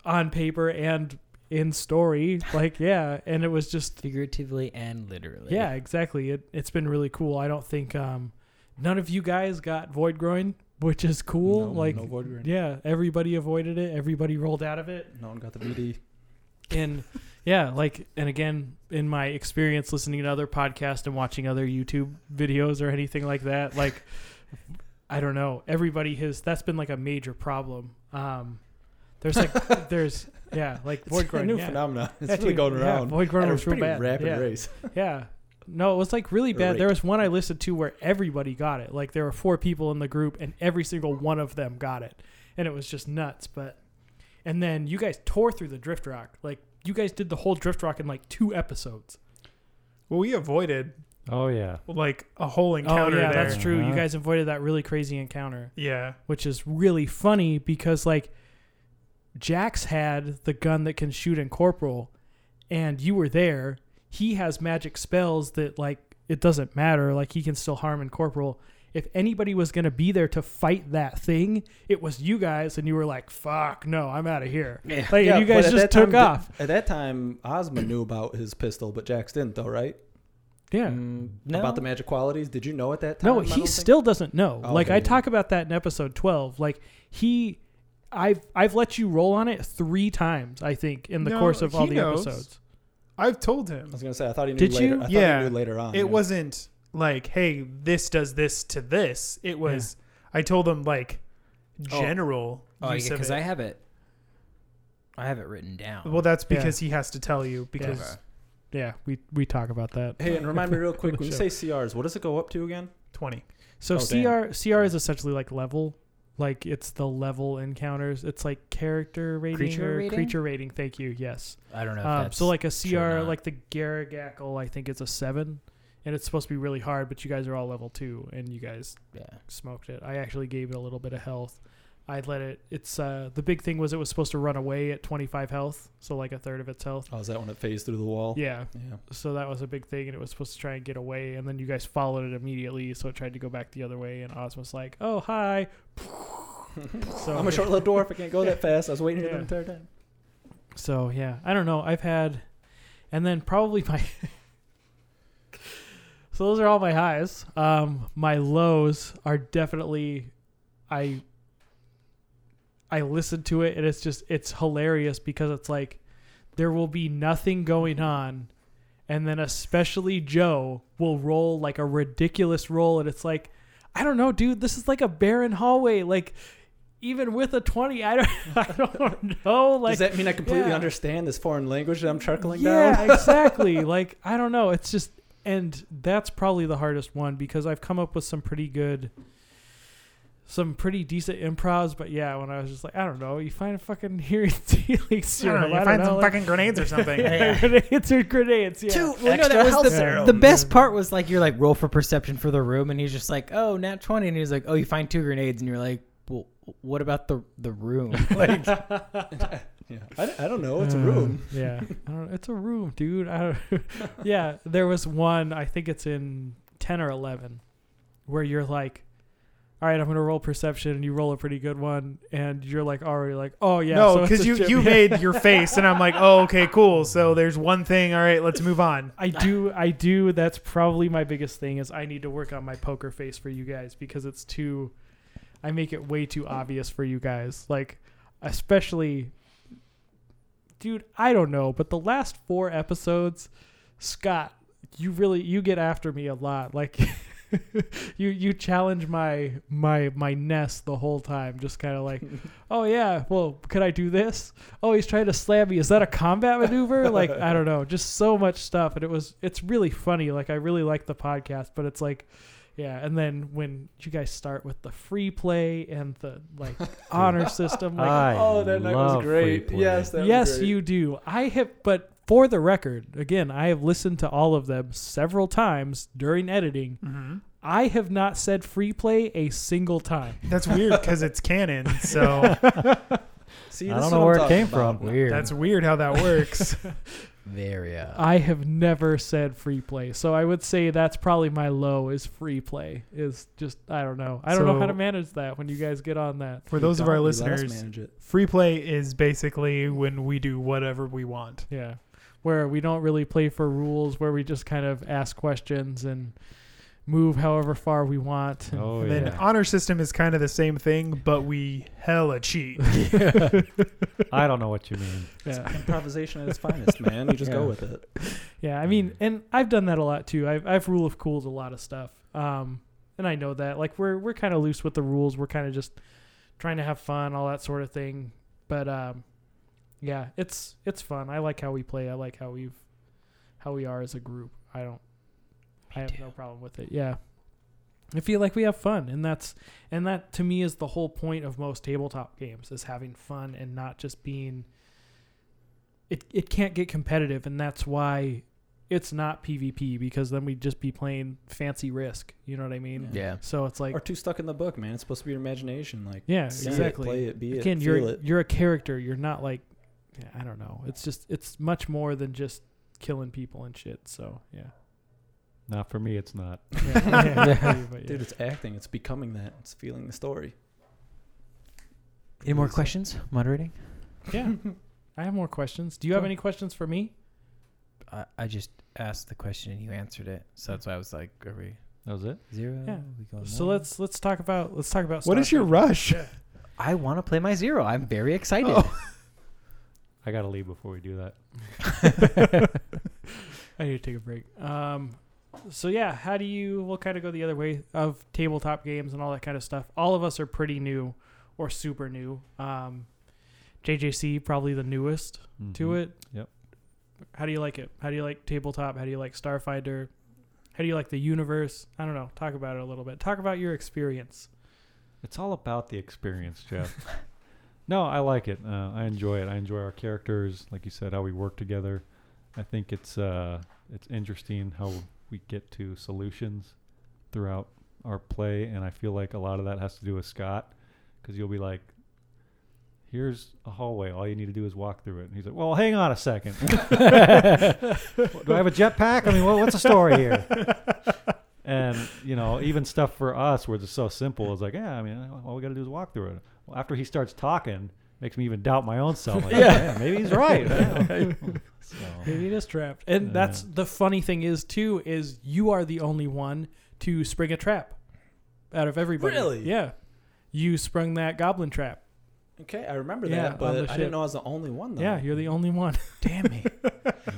Speaker 1: on paper and in story. Like yeah, and it was just
Speaker 3: figuratively and literally.
Speaker 1: yeah, exactly. It it's been really cool. I don't think um none of you guys got void groin, which is cool.
Speaker 2: No,
Speaker 1: like
Speaker 2: no void grade.
Speaker 1: yeah, everybody avoided it. Everybody rolled out of it
Speaker 2: No one got the BD.
Speaker 1: and yeah like and again in my experience listening to other podcasts and watching other youtube videos or anything like that like i don't know everybody has that's been like a major problem um there's like there's yeah like
Speaker 2: It's
Speaker 1: void
Speaker 2: a
Speaker 1: groin
Speaker 2: new
Speaker 1: yeah.
Speaker 2: phenomenon. It's
Speaker 1: Yeah,
Speaker 2: really
Speaker 1: dude,
Speaker 2: going
Speaker 1: yeah,
Speaker 2: around.
Speaker 1: void groin
Speaker 2: And it
Speaker 1: was
Speaker 2: was
Speaker 1: real
Speaker 2: pretty
Speaker 1: bad.
Speaker 2: rapid
Speaker 1: yeah.
Speaker 2: race.
Speaker 1: Yeah. No, it was like really bad. There
Speaker 2: Right.
Speaker 1: was one I listened to where everybody got it. Like there were four people in the group and every single one of them got it. And it was just nuts, but and then you guys tore through the drift rock. Like you guys did the whole drift rock in like two episodes.
Speaker 4: well, we avoided
Speaker 5: Oh yeah.
Speaker 4: like a whole encounter.
Speaker 1: oh yeah,
Speaker 4: there.
Speaker 1: that's true. You
Speaker 5: Uh-huh.
Speaker 1: guys avoided that really crazy encounter,
Speaker 4: Yeah.
Speaker 1: which is really funny because like Jax had the gun that can shoot in corporal and you were there. He has magic spells that like it doesn't matter, like he can still harm in corporal. If anybody was gonna be there to fight that thing, it was you guys, and you were like, "Fuck, no, I'm out of here."
Speaker 3: Yeah.
Speaker 1: Like
Speaker 2: Yeah,
Speaker 1: you
Speaker 2: but
Speaker 1: guys
Speaker 2: at
Speaker 1: just
Speaker 2: that
Speaker 1: took
Speaker 2: time,
Speaker 1: off.
Speaker 2: At that time, Ozma knew about his pistol, but Jax didn't, though, right?
Speaker 1: Yeah.
Speaker 2: Mm,
Speaker 3: No.
Speaker 2: About the magic qualities. Did you know at that time?
Speaker 1: No,
Speaker 2: I
Speaker 1: he
Speaker 2: don't
Speaker 1: still doesn't know.
Speaker 2: Oh,
Speaker 1: like
Speaker 2: okay.
Speaker 1: I talk about that in episode twelve. Like he, I've I've let you roll on it three times. I think in the
Speaker 4: No,
Speaker 1: course of all
Speaker 4: he
Speaker 1: the
Speaker 4: knows.
Speaker 1: episodes.
Speaker 4: I've told
Speaker 2: think- I
Speaker 4: him.
Speaker 2: was gonna say I thought he knew
Speaker 1: Did
Speaker 2: later.
Speaker 1: you?
Speaker 2: I thought
Speaker 4: Yeah.
Speaker 2: he knew later on.
Speaker 4: It
Speaker 2: yeah.
Speaker 4: wasn't like, hey, this does this to this. It was, I told him like
Speaker 3: Oh.
Speaker 4: general
Speaker 3: Oh,
Speaker 4: use of
Speaker 3: because
Speaker 4: it.
Speaker 3: I have it. I have it written down.
Speaker 4: well, that's
Speaker 1: Yeah.
Speaker 4: because he has to tell you because
Speaker 3: Okay.
Speaker 1: Yeah, we we talk about that.
Speaker 2: Hey, and remind me real quick when you
Speaker 1: Sure.
Speaker 2: say CRs, what does it go up to again?
Speaker 4: twenty.
Speaker 1: So
Speaker 2: Oh,
Speaker 1: CR
Speaker 2: damn.
Speaker 1: CR is essentially like level. Like it's the level encounters. It's like character rating
Speaker 3: Creature
Speaker 1: or
Speaker 3: rating?
Speaker 1: creature rating. Thank you. Yes.
Speaker 3: I don't know. If
Speaker 2: Oh,
Speaker 1: Um,
Speaker 3: that's,
Speaker 1: so like a CR,
Speaker 3: true or not.
Speaker 1: like the Garagackle, I think it's a seven, and it's supposed to be really hard. But you guys are all level two, and you guys
Speaker 3: yeah.
Speaker 1: smoked it. I actually gave it a little bit of health. I let it. It's uh, the big thing was it was supposed to run away at 25 health, so like a third of its health.
Speaker 2: Oh, is that when it phased through the wall?
Speaker 1: Yeah,
Speaker 2: Yeah.
Speaker 1: so that was a big thing, and it was supposed to try and get away, and then you guys followed it immediately, so it tried to go back the other way, and Oz was like, "Oh hi." So
Speaker 2: I'm a short-lived dwarf. I can't go that fast. I was waiting here
Speaker 1: Yeah.
Speaker 2: the entire time.
Speaker 1: So yeah, I don't know. I've had, and then probably my. so those are all my highs. Um, my lows are definitely, I. I listen to it and it's just it's hilarious because it's like, there will be nothing going on, and then especially Joe will roll like a ridiculous roll and it's like, I don't know, dude. This is like a barren hallway. Like, even with a twenty, I don't, I don't know. Like,
Speaker 2: does that mean I completely
Speaker 1: yeah.
Speaker 2: understand this foreign language that I'm chuckling
Speaker 1: yeah,
Speaker 2: down?
Speaker 1: exactly. Like I don't know. It's just and that's probably the hardest one because I've come up with some pretty good some pretty decent improvs, but yeah, when I was just like, I don't know, you find a fucking hearing dealing serum. I
Speaker 4: you
Speaker 1: don't
Speaker 4: find
Speaker 1: know,
Speaker 4: some
Speaker 1: like-
Speaker 4: fucking grenades or something.
Speaker 1: yeah. grenades or grenades. Yeah.
Speaker 3: Two. Well, no,
Speaker 4: Extra
Speaker 3: that was
Speaker 4: health
Speaker 3: the,
Speaker 4: serum.
Speaker 3: the best part was like you're like roll for perception for the room, and he's just like, oh, nat twenty, and he's like, oh, you find two grenades, and you're like, well, what about the the room?
Speaker 2: like, yeah. I, d- I don't
Speaker 4: Oh,
Speaker 2: know. It's a room.
Speaker 1: Um, yeah, I don't, it's a room, dude. I don't, yeah, there was one. I think it's in ten or eleven, where you're like, "All right, I'm gonna roll perception," and you roll a pretty good one, and you're like already like, "Oh yeah."
Speaker 4: no,
Speaker 1: so it's
Speaker 4: because
Speaker 1: a
Speaker 4: you
Speaker 1: chip."
Speaker 4: you
Speaker 1: Yeah.
Speaker 4: made your face, and I'm like, oh, okay, cool. So there's one thing. All right, let's move on.
Speaker 1: I do, I do. That's probably my biggest thing is I need to work on my poker face for you guys because it's too. I make it way too obvious for you guys, like especially. Dude, I don't know, but the last four episodes, Scott, you really you get after me a lot. Like, you you challenge my my my nest the whole time, just kind of like, oh yeah, well, could I do this? oh he's trying to slam me is that a combat maneuver like i don't know just so much stuff and it was it's really funny like i really like the podcast but it's like yeah and then when you guys start with the free play and the like honor system like
Speaker 5: I
Speaker 2: oh, that night
Speaker 5: love
Speaker 2: was
Speaker 5: free
Speaker 2: great.
Speaker 5: play.
Speaker 2: Yes, that was
Speaker 1: yes
Speaker 2: great.
Speaker 1: you do i have but for the record again i have listened to all of them several times during editing
Speaker 4: Mhm.
Speaker 1: i have not said free play a single time
Speaker 4: That's weird because it's canon. So
Speaker 2: See,
Speaker 5: I
Speaker 2: this
Speaker 5: don't
Speaker 2: is
Speaker 5: know
Speaker 2: what
Speaker 5: where
Speaker 2: I'm
Speaker 5: it came
Speaker 2: talking about.
Speaker 5: from.
Speaker 3: Weird.
Speaker 4: that's weird how that works.
Speaker 3: very. Uh,
Speaker 1: I have never said free play, so I would say that's probably my low is free play. Is just I don't know. I don't know how
Speaker 4: So-
Speaker 1: to manage that when you guys get on that.
Speaker 4: For those of
Speaker 2: Don't
Speaker 4: our
Speaker 2: you let us
Speaker 4: listeners,
Speaker 2: manage it.
Speaker 4: free play is basically when we do whatever we want.
Speaker 1: Yeah, where we don't really play for rules, where we just kind of ask questions and move however far we want. and-
Speaker 5: Oh
Speaker 4: And then
Speaker 5: yeah.
Speaker 4: honor system is kind of the same thing, but we hella cheat.
Speaker 5: I don't know what you mean.
Speaker 1: yeah.
Speaker 2: Improvisation at its finest, man. You just go
Speaker 5: Yeah.
Speaker 2: with it.
Speaker 1: yeah, I mean, and I've done that a lot too. I've I've rule of cooled a lot of stuff. Um, and I know that like we're we're kind of loose with the rules. We're kind of just trying to have fun, all that sort of thing. But um, yeah, it's it's fun. I like how we play. I like how we've how we are as a group. I don't. I have
Speaker 3: too.
Speaker 1: no problem with it. Yeah. I feel like we have fun, and that's and that to me is the whole point of most tabletop games is having fun and not just being. It it can't get competitive, and that's why it's not PvP because then we'd just be playing fancy Risk. You know what I mean?
Speaker 3: yeah.
Speaker 1: So it's like,
Speaker 2: Or too stuck in the book, man. It's supposed to be your imagination. Like,
Speaker 1: yeah,
Speaker 2: see it,
Speaker 1: exactly.
Speaker 2: play it, be it,
Speaker 1: Again,
Speaker 2: feel
Speaker 1: you're
Speaker 2: it.
Speaker 1: you're a character. You're not like, yeah, I don't know. It's just it's much more than just killing people and shit. So yeah,
Speaker 5: Not for me. It's not.
Speaker 1: yeah, yeah, but yeah.
Speaker 2: Dude, it's acting. It's becoming that. It's feeling the story.
Speaker 3: Any more questions? Moderating.
Speaker 1: Yeah. I have more questions. Do you have
Speaker 3: Cool.
Speaker 1: any questions for me?
Speaker 3: I, I just asked the question and you answered it, so that's why I was like, are we
Speaker 5: That was it.
Speaker 3: zero?
Speaker 1: Yeah.
Speaker 3: We going
Speaker 1: So
Speaker 3: one?
Speaker 1: let's let's talk about let's talk about
Speaker 4: What
Speaker 1: Star
Speaker 4: is your
Speaker 1: Trek.
Speaker 4: rush?
Speaker 3: I want to play my zero. I'm very excited.
Speaker 5: I gotta leave before we do that.
Speaker 1: I need to take a break. Um, so yeah, how do you? We'll kind of go the other way of tabletop games and all that kind of stuff. All of us are pretty new, or super new. Um, JJC probably the newest to
Speaker 5: Mhm.
Speaker 1: it.
Speaker 5: Yep.
Speaker 1: How do you like it? How do you like tabletop? How do you like Starfinder? How do you like the universe? I don't know. Talk about it a little bit. Talk about your experience.
Speaker 5: It's all about the experience, Jeff. no, I like it. Uh, I enjoy it. I enjoy our characters, like you said, how we work together. I think it's uh, it's interesting how we get to solutions throughout our play, and I feel like a lot of that has to do with Scott, because you'll be like, "Here's a hallway. All you need to do is walk through it." And he's like, "Well, hang on a second. do I have a jetpack? I mean, what, what's the story here?" And you know, even stuff for us where it's so simple is like, yeah, I mean, all we got to do is walk through it. Well, after he starts talking, makes me even doubt my own self. Like, yeah, maybe he's right. so,
Speaker 1: Maybe it is trapped. And
Speaker 5: Yeah.
Speaker 1: that's the funny thing is too is you are the only one to spring a trap out of everybody.
Speaker 2: Really?
Speaker 1: Yeah. You sprung that goblin trap.
Speaker 2: Okay, I remember
Speaker 1: Yeah,
Speaker 2: that,
Speaker 1: on the
Speaker 2: but I
Speaker 1: ship.
Speaker 2: didn't know I was the only one though.
Speaker 1: Yeah, you're the only one.
Speaker 2: Damn me.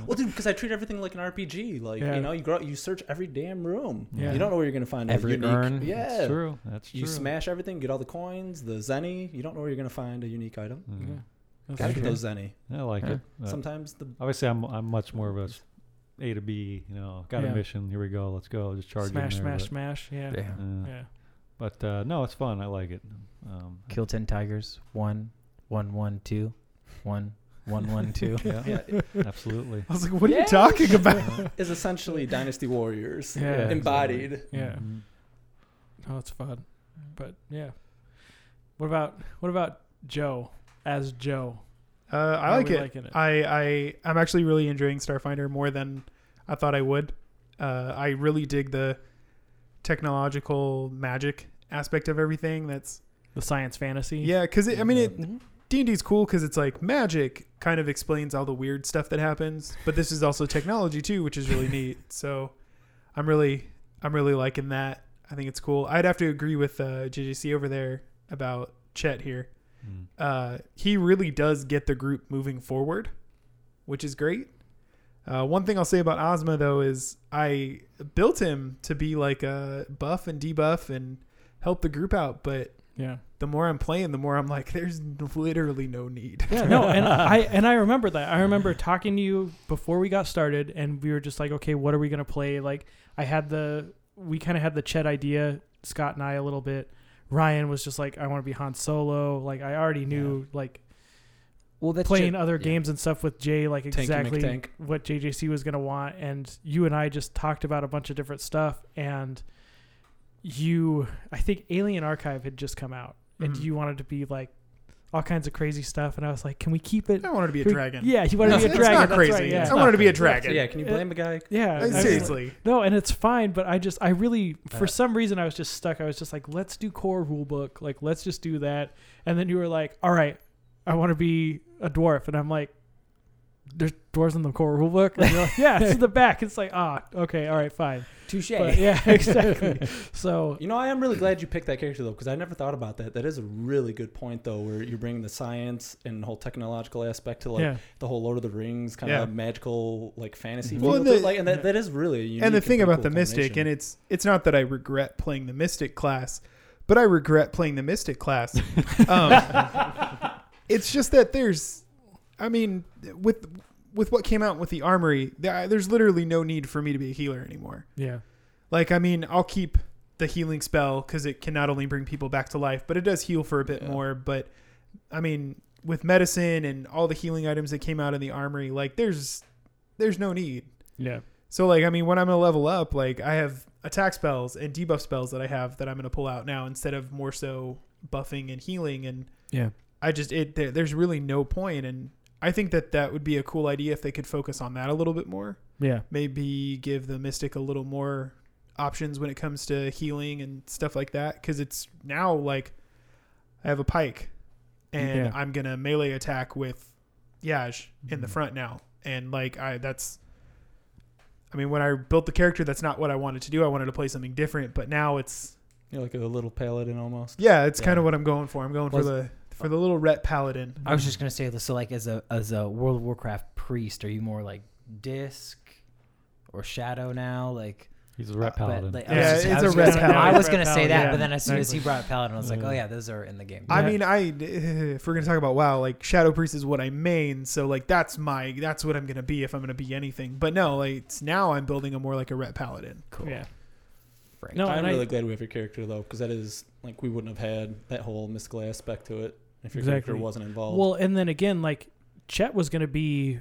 Speaker 2: well, dude, because I treat everything like an RPG. Like
Speaker 1: Yeah.
Speaker 2: you know, you grow, you search every damn room.
Speaker 1: Yeah.
Speaker 2: You don't know where you're gonna find a
Speaker 3: Every
Speaker 2: unique.
Speaker 3: urn.
Speaker 2: Yeah.
Speaker 1: Oh,
Speaker 5: That's true. That's
Speaker 2: You
Speaker 5: true.
Speaker 2: smash everything, get all the coins, the zenny. You don't know where you're gonna find a unique item.
Speaker 5: Mm.
Speaker 1: Yeah. That's
Speaker 2: Gotta get
Speaker 1: true.
Speaker 2: those zenny.
Speaker 5: I like
Speaker 3: Yeah.
Speaker 5: it. Uh,
Speaker 2: Sometimes the
Speaker 5: obviously, I'm I'm much more of a s- A to B. You know, got
Speaker 1: Yeah.
Speaker 5: a mission. Here we go. Let's go. Just charge. in
Speaker 1: smash,
Speaker 5: there,
Speaker 1: smash,
Speaker 5: but,
Speaker 1: smash. Yeah.
Speaker 3: Yeah.
Speaker 5: uh,
Speaker 1: Yeah.
Speaker 5: But uh, no, it's fun. I like it. Um,
Speaker 3: Kill ten tigers. One, one, one, two, one, one, one, two.
Speaker 5: yeah,
Speaker 2: Yeah, it
Speaker 5: absolutely.
Speaker 4: I was like, what are you talking about?
Speaker 2: is essentially Dynasty Warriors
Speaker 1: Yeah. Yeah,
Speaker 2: embodied.
Speaker 1: Yeah.
Speaker 5: Mhm.
Speaker 1: Oh, it's fun. But yeah. What about what about Joe as Joe?
Speaker 4: Uh, I
Speaker 1: Are
Speaker 4: like
Speaker 1: we
Speaker 4: it.
Speaker 1: liking it?
Speaker 4: I, I I'm actually really enjoying Starfinder more than I thought I would. Uh, I really dig the technological magic aspect of everything. That's
Speaker 1: The science fantasy.
Speaker 4: yeah, because I mean, it
Speaker 2: Mhm.
Speaker 4: D and D's cool because it's like magic kind of explains all the weird stuff that happens, but this is also technology too, which is really neat. So I'm really I'm really liking that. I think it's cool. I'd have to agree with uh, JJC over there about Chet here
Speaker 5: Mm.
Speaker 4: uh, he really does get the group moving forward, which is great. Uh, one thing I'll say about Ozma though is I built him to be like a buff and debuff and help the group out, but
Speaker 1: Yeah.
Speaker 4: the more I'm playing, the more I'm like, there's literally no need.
Speaker 1: Yeah, no, and I and I remember that. I remember talking to you before we got started, and we were just like, okay, what are we gonna play? Like, I had the we kind of had the Chet idea, Scott and I a little bit. Ryan was just like, I want to be Han Solo. Like, I already knew like
Speaker 3: Well, that's
Speaker 1: playing
Speaker 3: ju-
Speaker 1: other
Speaker 3: yeah.
Speaker 1: games and stuff with Jay, like
Speaker 2: Tanky
Speaker 1: exactly
Speaker 2: McTank.
Speaker 1: what JJC was gonna want, and you and I just talked about a bunch of different stuff, and you, I think Alien Archive had just come out, and
Speaker 4: Mhm.
Speaker 1: you wanted to be like all kinds of crazy stuff, and I was like, can we keep it?
Speaker 4: I wanted to be a
Speaker 1: Can we-
Speaker 4: dragon.
Speaker 1: Yeah, he wanted to be a
Speaker 4: It's
Speaker 1: dragon.
Speaker 4: not
Speaker 1: that's
Speaker 4: crazy.
Speaker 1: right, yeah.
Speaker 4: I wanted to be a
Speaker 2: Yeah,
Speaker 4: dragon.
Speaker 2: Yeah, can you
Speaker 1: It-
Speaker 2: blame a guy?
Speaker 1: yeah, I
Speaker 4: Like,
Speaker 1: was like-
Speaker 4: seriously.
Speaker 1: no, and it's fine, but I just, I really, for
Speaker 2: Uh,
Speaker 1: some reason, I was just stuck. I was just like, let's do core rulebook, like let's just do that. And then you were like, all right, I want to be a dwarf, and I'm like, there's dwarves in the core rulebook. And you're like, yeah, it's in the back. It's like, ah, okay, all right, fine.
Speaker 3: touche.
Speaker 1: But yeah, exactly. So
Speaker 2: You know, I am really glad you picked that character though, because I never thought about that. That is a really good point though, where you're bringing the science and the whole technological aspect to like
Speaker 1: yeah,
Speaker 2: the whole Lord of the Rings kind
Speaker 4: Yeah.
Speaker 2: of magical like fantasy.
Speaker 4: Well,
Speaker 2: feel
Speaker 4: and
Speaker 2: to it,
Speaker 4: the-
Speaker 2: like, Mhm. and that, that is really a unique
Speaker 4: and the thing
Speaker 2: pretty
Speaker 4: about
Speaker 2: cool
Speaker 4: the mystic and
Speaker 2: combination.
Speaker 4: it's it's not that i regret playing the mystic class but i regret playing the mystic class um, it's just that there's i mean with with what came out with the armory there- there's literally no need for me to be a healer anymore
Speaker 1: yeah,
Speaker 4: like i mean i'll keep the healing spell because it can not only bring people back to life but it does heal for a bit
Speaker 2: Yeah.
Speaker 4: more but i mean with medicine and all the healing items that came out in the armory like there's there's no need
Speaker 1: yeah,
Speaker 4: so like I mean when I'm gonna level up, like I have attack spells and debuff spells that I have that I'm gonna pull out now instead of more so buffing and healing and
Speaker 1: yeah.
Speaker 4: I just it there, there's really no point and I think that that would be a cool idea if they could focus on that a little bit more.
Speaker 1: Yeah,
Speaker 4: Maybe give the mystic a little more options when it comes to healing and stuff like that cuz it's now like I have a pike and
Speaker 1: Yeah.
Speaker 4: I'm going to melee attack with Yaj in the
Speaker 5: Mhm.
Speaker 4: front now and like I that's I mean, when I built the character, that's not what I wanted to do. I wanted to play something different, but now it's
Speaker 2: You're like a little paladin almost.
Speaker 4: yeah, it's kind
Speaker 2: Yeah.
Speaker 4: of what I'm going for. I'm going
Speaker 3: Was-
Speaker 4: for the for the little ret paladin.
Speaker 3: I was just gonna say this. So, like, as a as a World of Warcraft priest, are you more like disc or shadow now? Like,
Speaker 5: He's a rat
Speaker 4: Uh,
Speaker 3: but,
Speaker 5: paladin.
Speaker 3: like,
Speaker 4: Yeah,
Speaker 3: I
Speaker 4: it's
Speaker 3: was
Speaker 4: a
Speaker 3: gonna-
Speaker 4: red paladin.
Speaker 3: I was
Speaker 1: Red
Speaker 3: gonna say
Speaker 1: paladin,
Speaker 3: that,
Speaker 4: yeah.
Speaker 3: but then as soon as he
Speaker 1: Exactly.
Speaker 3: brought paladin, I was like,
Speaker 5: Yeah.
Speaker 3: oh yeah, those are in the game.
Speaker 4: I
Speaker 1: Yeah.
Speaker 4: mean, I if we're gonna talk about WoW, like Shadow Priest is what I main, so like that's my that's what I'm gonna be if I'm gonna be anything. But no, like it's, now I'm building a more like a ret paladin.
Speaker 3: cool.
Speaker 1: yeah.
Speaker 3: Frank.
Speaker 1: No,
Speaker 2: I'm
Speaker 1: and
Speaker 2: really
Speaker 1: I,
Speaker 2: glad we have your character though, because that is like we wouldn't have had that whole mystical aspect to it if your character
Speaker 1: Exactly.
Speaker 2: wasn't involved.
Speaker 1: Well, and then again, like Chet was going to be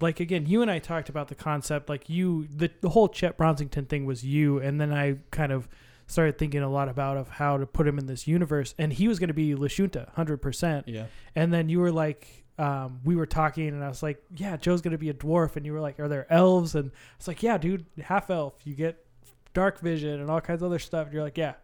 Speaker 1: like again, you and I talked about the concept like you the, the whole Chet Bronsington thing was you and then I kind of started thinking a lot about of how to put him in this universe and he was going to be Lashunta 100%.
Speaker 2: yeah,
Speaker 1: And then you were like um, we were talking and I was like, "Yeah, Joe's going to be a dwarf." And you were like, "Are there elves?" And I was like, "Yeah, dude, half elf. You get dark vision and all kinds of other stuff." And you're like, "Yeah,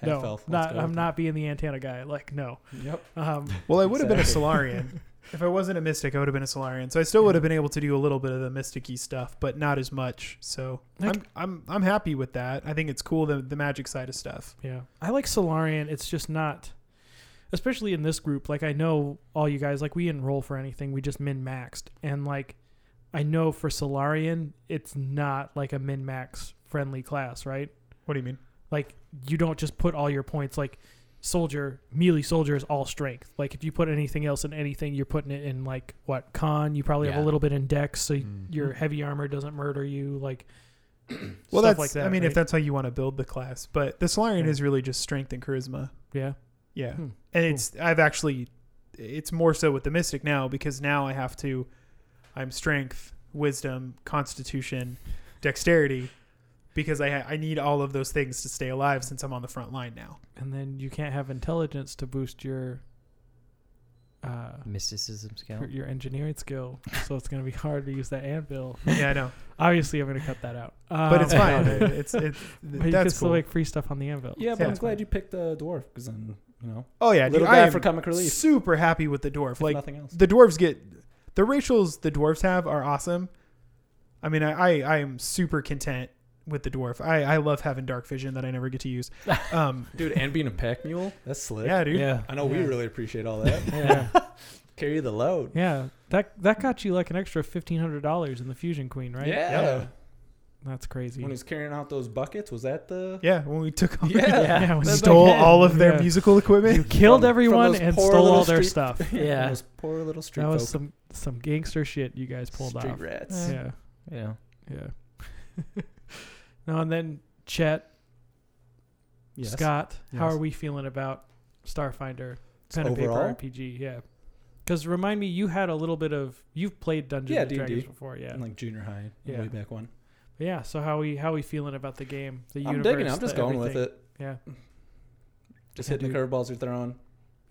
Speaker 2: half
Speaker 1: no,
Speaker 2: elf. let's
Speaker 1: not
Speaker 2: go.
Speaker 1: I'm not being the Antana guy. Like, no."
Speaker 2: Yep.
Speaker 1: Um,
Speaker 4: Well, I would have been a
Speaker 2: Exactly.
Speaker 4: Solarian. if I wasn't a mystic, I would have been a Solarian. So I still would have been able to do a little bit of the mysticky stuff, but not as much. So
Speaker 1: Like-
Speaker 4: I'm I'm I'm happy with that. I think it's cool the the magic side of stuff.
Speaker 1: Yeah. I like Solarian. It's just not especially in this group, like I know all you guys, like we enroll for anything, we just min maxed. And like I know for Solarian, it's not like a min max friendly class, right?
Speaker 4: What do you mean?
Speaker 1: Like you don't just put all your points like soldier, melee soldier is all strength. Like if you put anything else in anything, you're putting it in like what, con, you probably have
Speaker 3: Yeah.
Speaker 1: a little bit in dex, so
Speaker 5: Mm.
Speaker 1: your heavy armor doesn't murder you, like
Speaker 4: well,
Speaker 1: stuff
Speaker 4: that's.
Speaker 1: like that.
Speaker 4: I mean, if
Speaker 1: right?
Speaker 4: that's how you want to build the class, but the Solarian
Speaker 1: Yeah.
Speaker 4: is really just strength and charisma.
Speaker 1: yeah,
Speaker 4: Yeah,
Speaker 1: Hmm,
Speaker 4: and it's. I've actually, it's more so with the Mystic now because now I have to, I'm strength, wisdom, constitution, dexterity, because I ha- I need all of those things to stay alive since I'm on the front line now.
Speaker 1: and then you can't have intelligence to boost your uh
Speaker 3: Mysticism scale.
Speaker 1: your- your engineering skill, so it's gonna be hard to use that anvil.
Speaker 4: Yeah, I know,
Speaker 1: Obviously, I'm gonna cut that out,
Speaker 4: but it's
Speaker 1: Um,
Speaker 4: fine. it's it's
Speaker 1: But you can
Speaker 4: that's
Speaker 1: still
Speaker 4: cool.
Speaker 1: make free stuff on the anvil.
Speaker 2: Yeah, but
Speaker 4: Yeah,
Speaker 2: I'm
Speaker 4: it's
Speaker 2: glad
Speaker 4: fine.
Speaker 2: you picked the dwarf because then you know
Speaker 4: oh yeah, dude,
Speaker 2: little guy
Speaker 4: I
Speaker 2: for
Speaker 4: am
Speaker 2: comic relief.
Speaker 4: super happy with the dwarf.
Speaker 2: if
Speaker 4: Like
Speaker 2: nothing else.
Speaker 4: the dwarves get the racials the dwarves have are awesome. I mean, I I, I am super content with the dwarf. I I love having dark vision that I never get to use. Um,
Speaker 2: Dude, and being a pack mule, that's slick.
Speaker 4: yeah, dude.
Speaker 3: Yeah.
Speaker 2: I know we
Speaker 1: Yeah.
Speaker 2: really appreciate all that.
Speaker 1: Yeah,
Speaker 2: Carry the load.
Speaker 1: yeah. That that got you like an extra fifteen hundred dollars in the Fusion Queen, right?
Speaker 2: Yeah.
Speaker 1: that's crazy.
Speaker 2: When he's carrying out those buckets, was that the
Speaker 4: Yeah, when we took all
Speaker 2: Yeah.
Speaker 1: yeah, when
Speaker 4: we
Speaker 1: you
Speaker 4: stole
Speaker 1: like-
Speaker 4: all of their
Speaker 1: yeah.
Speaker 4: musical equipment.
Speaker 1: You killed
Speaker 2: from
Speaker 1: everyone
Speaker 2: those
Speaker 1: and
Speaker 2: poor
Speaker 1: stole
Speaker 2: little
Speaker 1: all their
Speaker 2: street-
Speaker 1: stuff.
Speaker 3: Yeah.
Speaker 2: those poor little street
Speaker 1: That was
Speaker 2: folk.
Speaker 1: some some gangster shit you guys pulled
Speaker 2: street
Speaker 1: off.
Speaker 2: rats.
Speaker 1: Yeah,
Speaker 3: Yeah.
Speaker 1: yeah. no, and then Chet,
Speaker 2: Yes.
Speaker 1: Scott, how
Speaker 2: Yes.
Speaker 1: are we feeling about Starfinder pen and
Speaker 2: overall?
Speaker 1: paper RPG? Yeah, because remind me, you had a little bit of you've played Dungeons
Speaker 2: Yeah,
Speaker 1: and
Speaker 2: D&D.
Speaker 1: Dragons before, yeah.
Speaker 2: In like junior high,
Speaker 1: Yeah.
Speaker 2: way back when.
Speaker 1: But yeah, so how we how we feeling about the game? The
Speaker 2: I'm
Speaker 1: universe,
Speaker 2: digging it. I'm just
Speaker 1: the
Speaker 2: going
Speaker 1: everything?
Speaker 2: with it.
Speaker 1: Yeah.
Speaker 2: Just
Speaker 1: Yeah,
Speaker 2: hitting the
Speaker 1: dude.
Speaker 2: curveballs you're throwing.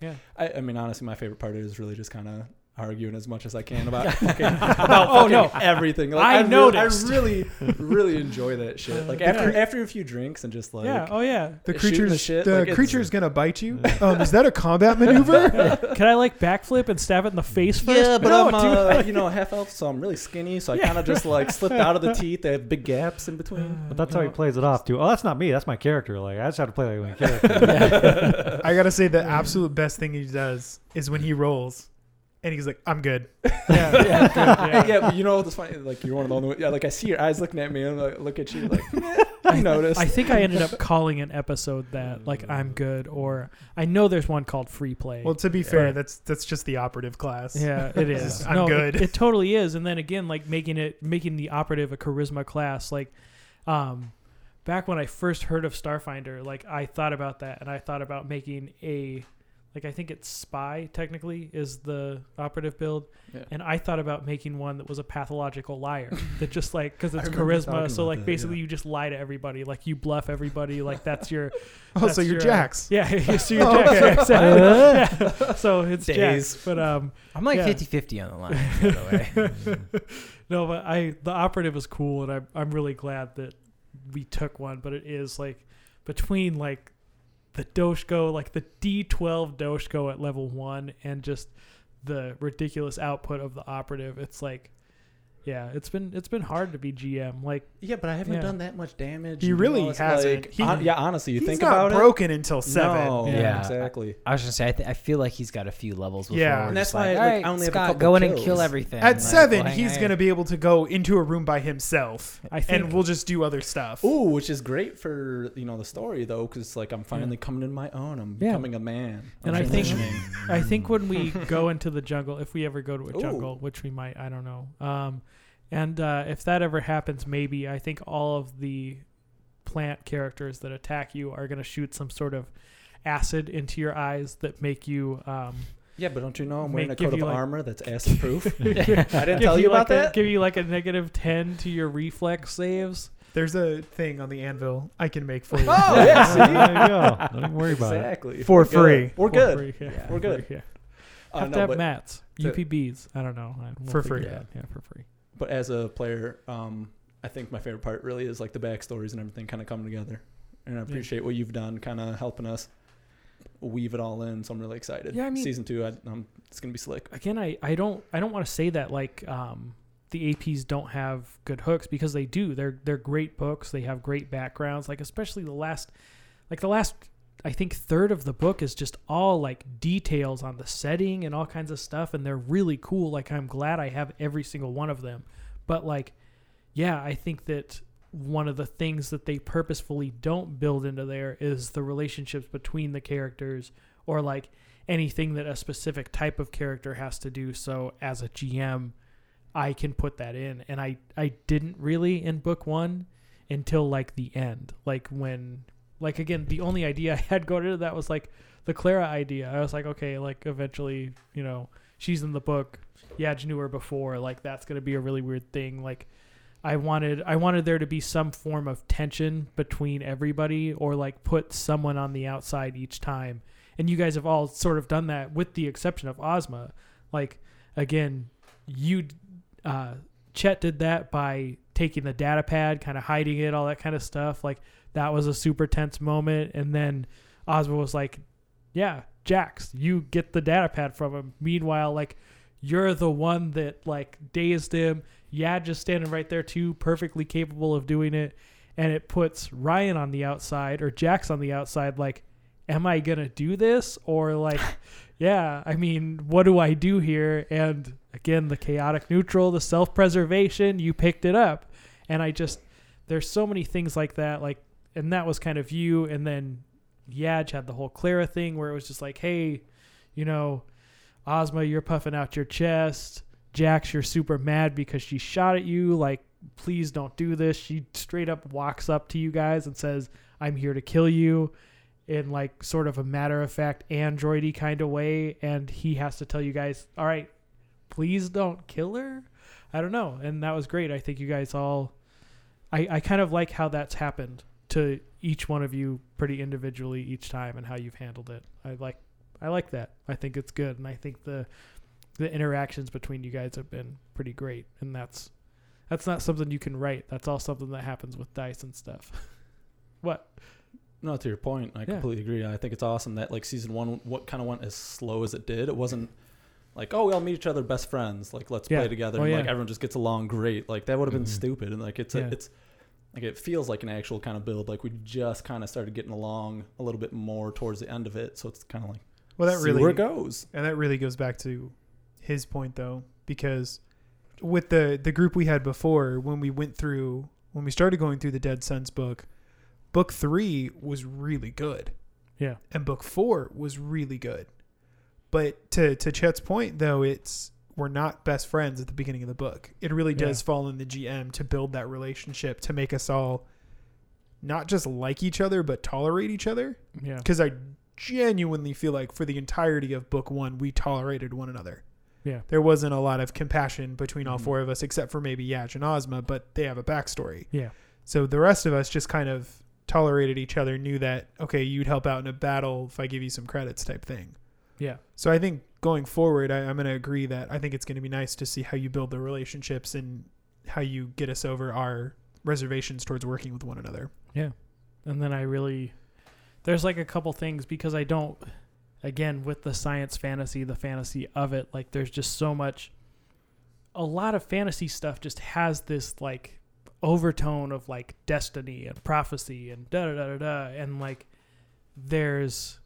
Speaker 1: Yeah.
Speaker 2: I, I mean, honestly, my favorite part is really just kind of arguing as much as I can about, fucking, Uh, about
Speaker 1: Oh, no.
Speaker 2: fucking everything. Like,
Speaker 1: I
Speaker 2: really-
Speaker 1: noticed.
Speaker 2: I really, really enjoy that shit. Like
Speaker 1: Yeah.
Speaker 2: after after a few drinks and just like
Speaker 1: yeah. Oh yeah.
Speaker 4: the
Speaker 2: shooting the
Speaker 4: creature's the,
Speaker 2: shit, like, it's-
Speaker 4: creature's gonna bite you. Um, is that a combat maneuver?
Speaker 1: Can I like backflip and stab it in the face first?
Speaker 2: Yeah, but
Speaker 1: No,
Speaker 2: I'm
Speaker 1: dude.
Speaker 2: uh, you know half elf, so I'm really skinny. So I
Speaker 1: Yeah.
Speaker 2: kind of just like slipped out of the teeth. They have big gaps in between.
Speaker 5: But that's how he plays it off too. Oh, that's not me. That's my character. Like I just had to play like my character.
Speaker 4: I gotta say, the absolute best thing he does is when he rolls, and he's like, "I'm good."
Speaker 1: Yeah, yeah,
Speaker 2: yeah.
Speaker 1: yeah.
Speaker 2: but you know what's funny? Like you're one of the only. Yeah, like I see your eyes looking at me, and I look at you, like eh, I noticed.
Speaker 1: I think I ended up calling an episode that like I'm good or I know there's one called free play.
Speaker 4: Well, to be fair,
Speaker 1: Yeah.
Speaker 4: that's that's just the operative class.
Speaker 1: yeah, it is.
Speaker 4: I'm
Speaker 1: no,
Speaker 4: good.
Speaker 1: It, it totally is. And then again, like making it making the operative a charisma class, like um back when I first heard of Starfinder, like I thought about that and I thought about making a like I think it's spy technically is the operative build,
Speaker 2: Yeah.
Speaker 1: and I thought about making one that was a pathological liar that just like because
Speaker 2: I
Speaker 1: it's
Speaker 2: remember
Speaker 1: charisma,
Speaker 2: talking
Speaker 1: so
Speaker 2: about
Speaker 1: like
Speaker 2: that,
Speaker 1: basically
Speaker 2: yeah.
Speaker 1: you just lie to everybody, like you bluff everybody, like that's your
Speaker 4: Oh,
Speaker 1: That's
Speaker 4: so you're
Speaker 1: your-
Speaker 4: Jax.
Speaker 1: Yeah, you see your
Speaker 4: Oh,
Speaker 1: Jax.
Speaker 4: okay.
Speaker 1: yeah, exactly. Yeah. So it's
Speaker 2: Days.
Speaker 1: Jax. But um
Speaker 3: I'm like
Speaker 1: Yeah.
Speaker 3: 50 50 on the line, by the way.
Speaker 1: no, but I the operative is cool and I'm I'm really glad that we took one, but it is like between like the Doshko, like the D twelve Doshko at level one and just the ridiculous output of the operative, it's like yeah, it's been it's been hard to be GM. Like
Speaker 2: yeah, but I haven't
Speaker 1: Yeah.
Speaker 2: done that much damage.
Speaker 4: He
Speaker 2: and
Speaker 4: really
Speaker 2: all this,
Speaker 4: hasn't. He-
Speaker 2: hon- yeah, honestly, you
Speaker 4: he's
Speaker 2: think
Speaker 4: not
Speaker 2: about
Speaker 4: broken until
Speaker 2: it.
Speaker 4: seven.
Speaker 2: No,
Speaker 1: Yeah.
Speaker 3: Yeah.
Speaker 2: exactly.
Speaker 3: I was gonna say, I, th- I feel like he's got a few levels. Before
Speaker 4: Yeah.
Speaker 3: we're
Speaker 4: And
Speaker 3: just
Speaker 2: that's why,
Speaker 3: like,
Speaker 2: like,
Speaker 3: "All right,
Speaker 2: I only have a
Speaker 3: Scott,
Speaker 2: couple
Speaker 3: go in and
Speaker 2: kills."
Speaker 3: kill everything.
Speaker 4: At
Speaker 3: Like,
Speaker 4: seven,
Speaker 3: we'll hang
Speaker 4: he's
Speaker 3: out.
Speaker 4: gonna be able to go into a room by himself
Speaker 1: I think
Speaker 4: and we'll just do other stuff.
Speaker 2: Ooh, which is great for you know the story though, because like I'm finally coming to my own. I'm
Speaker 1: Yeah.
Speaker 2: becoming a man. I'm
Speaker 1: And I think-
Speaker 2: transitioning.
Speaker 1: I think when we go into the jungle, if we ever go to a
Speaker 2: Ooh.
Speaker 1: jungle, which we might, I don't know. Um, and uh, if that ever happens, maybe I think all of the plant characters that attack you are going to shoot some sort of acid into your eyes that make you. Um,
Speaker 2: yeah, but don't you know I'm
Speaker 1: Make-
Speaker 2: wearing a
Speaker 1: give
Speaker 2: coat of
Speaker 1: you, like-
Speaker 2: armor that's acid proof? I didn't
Speaker 1: give
Speaker 2: tell you
Speaker 1: like
Speaker 2: about
Speaker 1: a-
Speaker 2: that.
Speaker 1: give you like a negative ten to your reflex saves.
Speaker 4: There's a thing on the anvil I can make for you.
Speaker 2: Oh, yeah, see?
Speaker 5: there you go. Don't even worry about it.
Speaker 2: exactly.
Speaker 4: For
Speaker 2: We're
Speaker 4: free.
Speaker 2: Good. We're
Speaker 1: for
Speaker 2: good.
Speaker 1: free, yeah,
Speaker 2: We're
Speaker 1: for
Speaker 2: good.
Speaker 1: free, yeah.
Speaker 2: Uh,
Speaker 1: Have to
Speaker 2: no,
Speaker 1: have
Speaker 2: but-
Speaker 1: mats,
Speaker 2: to-
Speaker 1: UPBs. I don't know. I- we'll
Speaker 4: For
Speaker 1: figure
Speaker 4: free.
Speaker 1: it out. yeah, for free.
Speaker 2: But as a player, um, I think my favorite part really is like the backstories and everything kind of coming together. And I appreciate what you've done, kind of helping us weave it all in. So I'm really excited.
Speaker 1: Yeah, I mean-
Speaker 2: season two, I, um, it's gonna be slick.
Speaker 1: again I, I don't I don't want to say that like um the APs don't have good hooks because they do. They're they're great books. They have great backgrounds. Like especially the last like the last I think third of the book is just all like details on the setting and all kinds of stuff and they're really cool. Like I'm glad I have every single one of them. But like yeah, I think that one of the things that they purposefully don't build into there is the relationships between the characters or like anything that a specific type of character has to do. So as a GM, I can put that in. And I, I didn't really in book one. until like the end. Like when like again, the only idea I had going into that was like the Clara idea. I was like, okay, like eventually, you know, she's in the book. Yeah, I knew her before. Like that's gonna be a really weird thing. Like I wanted I wanted there to be some form of tension between everybody or like put someone on the outside each time. And you guys have all sort of done that with the exception of Ozma. Like again, you uh Chet did that by taking the data pad, kind of hiding it, all that kind of stuff. Like that was a super tense moment and then Ozma was like, "Yeah, Jax, you get the data pad from him." Meanwhile, like you're the one that like dazed him. Yeah, just standing right there too, perfectly capable of doing it. And it puts Ryan on the outside or Jax on the outside, like, am I gonna do this? Or like, yeah, I mean, what do I do here? And again, the chaotic neutral, the self preservation, you picked it up. And I just there's so many things like that, like and that was kind of you and then Yaj had the whole Clara thing where it was just like, hey, you know, Ozma, you're puffing out your chest. Jax, you're super mad because she shot at you. Like, please don't do this. She straight up walks up to you guys and says, I'm here to kill you in like sort of a matter of fact androidy kind of way and he has to tell you guys all right please don't kill her i don't know and that was great i think you guys all i, I kind of like how that's happened to each one of you pretty individually each time and how you've handled it i like I like that. I think it's good, and I think the the interactions between you guys have been pretty great. And that's that's not something you can write. That's all something that happens with dice and stuff. what?
Speaker 2: No, to your point, I completely agree. I think it's awesome that like season one, what kind of went as slow as it did. It wasn't like, oh, we all meet each other, best friends. Like, let's
Speaker 1: Yeah.
Speaker 2: play together.
Speaker 1: Oh,
Speaker 2: and, Like
Speaker 1: yeah. Mm-hmm.
Speaker 2: everyone just gets along great. Like that would have been
Speaker 3: Mhm.
Speaker 2: stupid. And like it's a,
Speaker 1: Yeah.
Speaker 2: it's like it feels like an actual kind of build. Like we just kind of started getting along a little bit more towards the end of it. So it's kind of like
Speaker 4: Well, that
Speaker 2: see
Speaker 4: really
Speaker 2: where it goes.
Speaker 4: And that really goes back to his point though, because with the the group we had before, when we went through when we started going through the Dead Sons book, book three was really good.
Speaker 1: Yeah.
Speaker 4: And book four was really good. But to to Chet's point though, it's we're not best friends at the beginning of the book. It really does fall in the GM to build that relationship to make us all not just like each other, but tolerate each other
Speaker 1: Yeah.
Speaker 4: because I genuinely feel like for the entirety of book one, we tolerated one another.
Speaker 1: Yeah. Mm-hmm.
Speaker 4: There wasn't a lot of compassion between all
Speaker 2: Mhm.
Speaker 4: four of us, except for maybe Yaj and Ozma, but they have a backstory.
Speaker 1: Yeah.
Speaker 4: So the rest of us just kind of tolerated each other, knew that, okay, you'd help out in a battle if I give you some credits type thing.
Speaker 1: Yeah.
Speaker 4: So I think going forward, I, I'm going to agree that I think it's going to be nice to see how you build the relationships and how you get us over our reservations towards working with one another.
Speaker 1: and then I really there's like a couple things because I don't again with the science fantasy, the fantasy of it, like there's just so much a lot of fantasy stuff just has this like overtone of like destiny and prophecy and da da da da da and like there's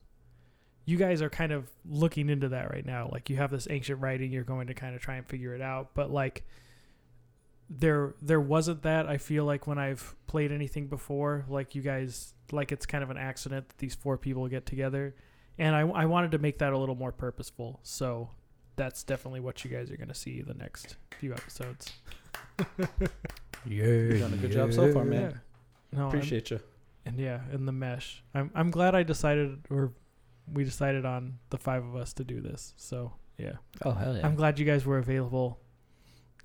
Speaker 1: you guys are kind of looking into that right now. Like you have this ancient writing, you're going to kind of try and figure it out, but like there there wasn't that I feel like when I've played anything before like you guys like it's kind of an accident that these four people get together and I, I wanted to make that a little more purposeful so that's definitely what you guys are going to see the next few episodes
Speaker 3: Yeah.
Speaker 2: You've done a good job so far, man.
Speaker 1: no I'm-
Speaker 2: Appreciate you.
Speaker 1: and yeah and the mesh I'm I'm glad I decided or we decided on the five of us to do this so yeah
Speaker 3: Oh hell yeah.
Speaker 1: I'm glad you guys were available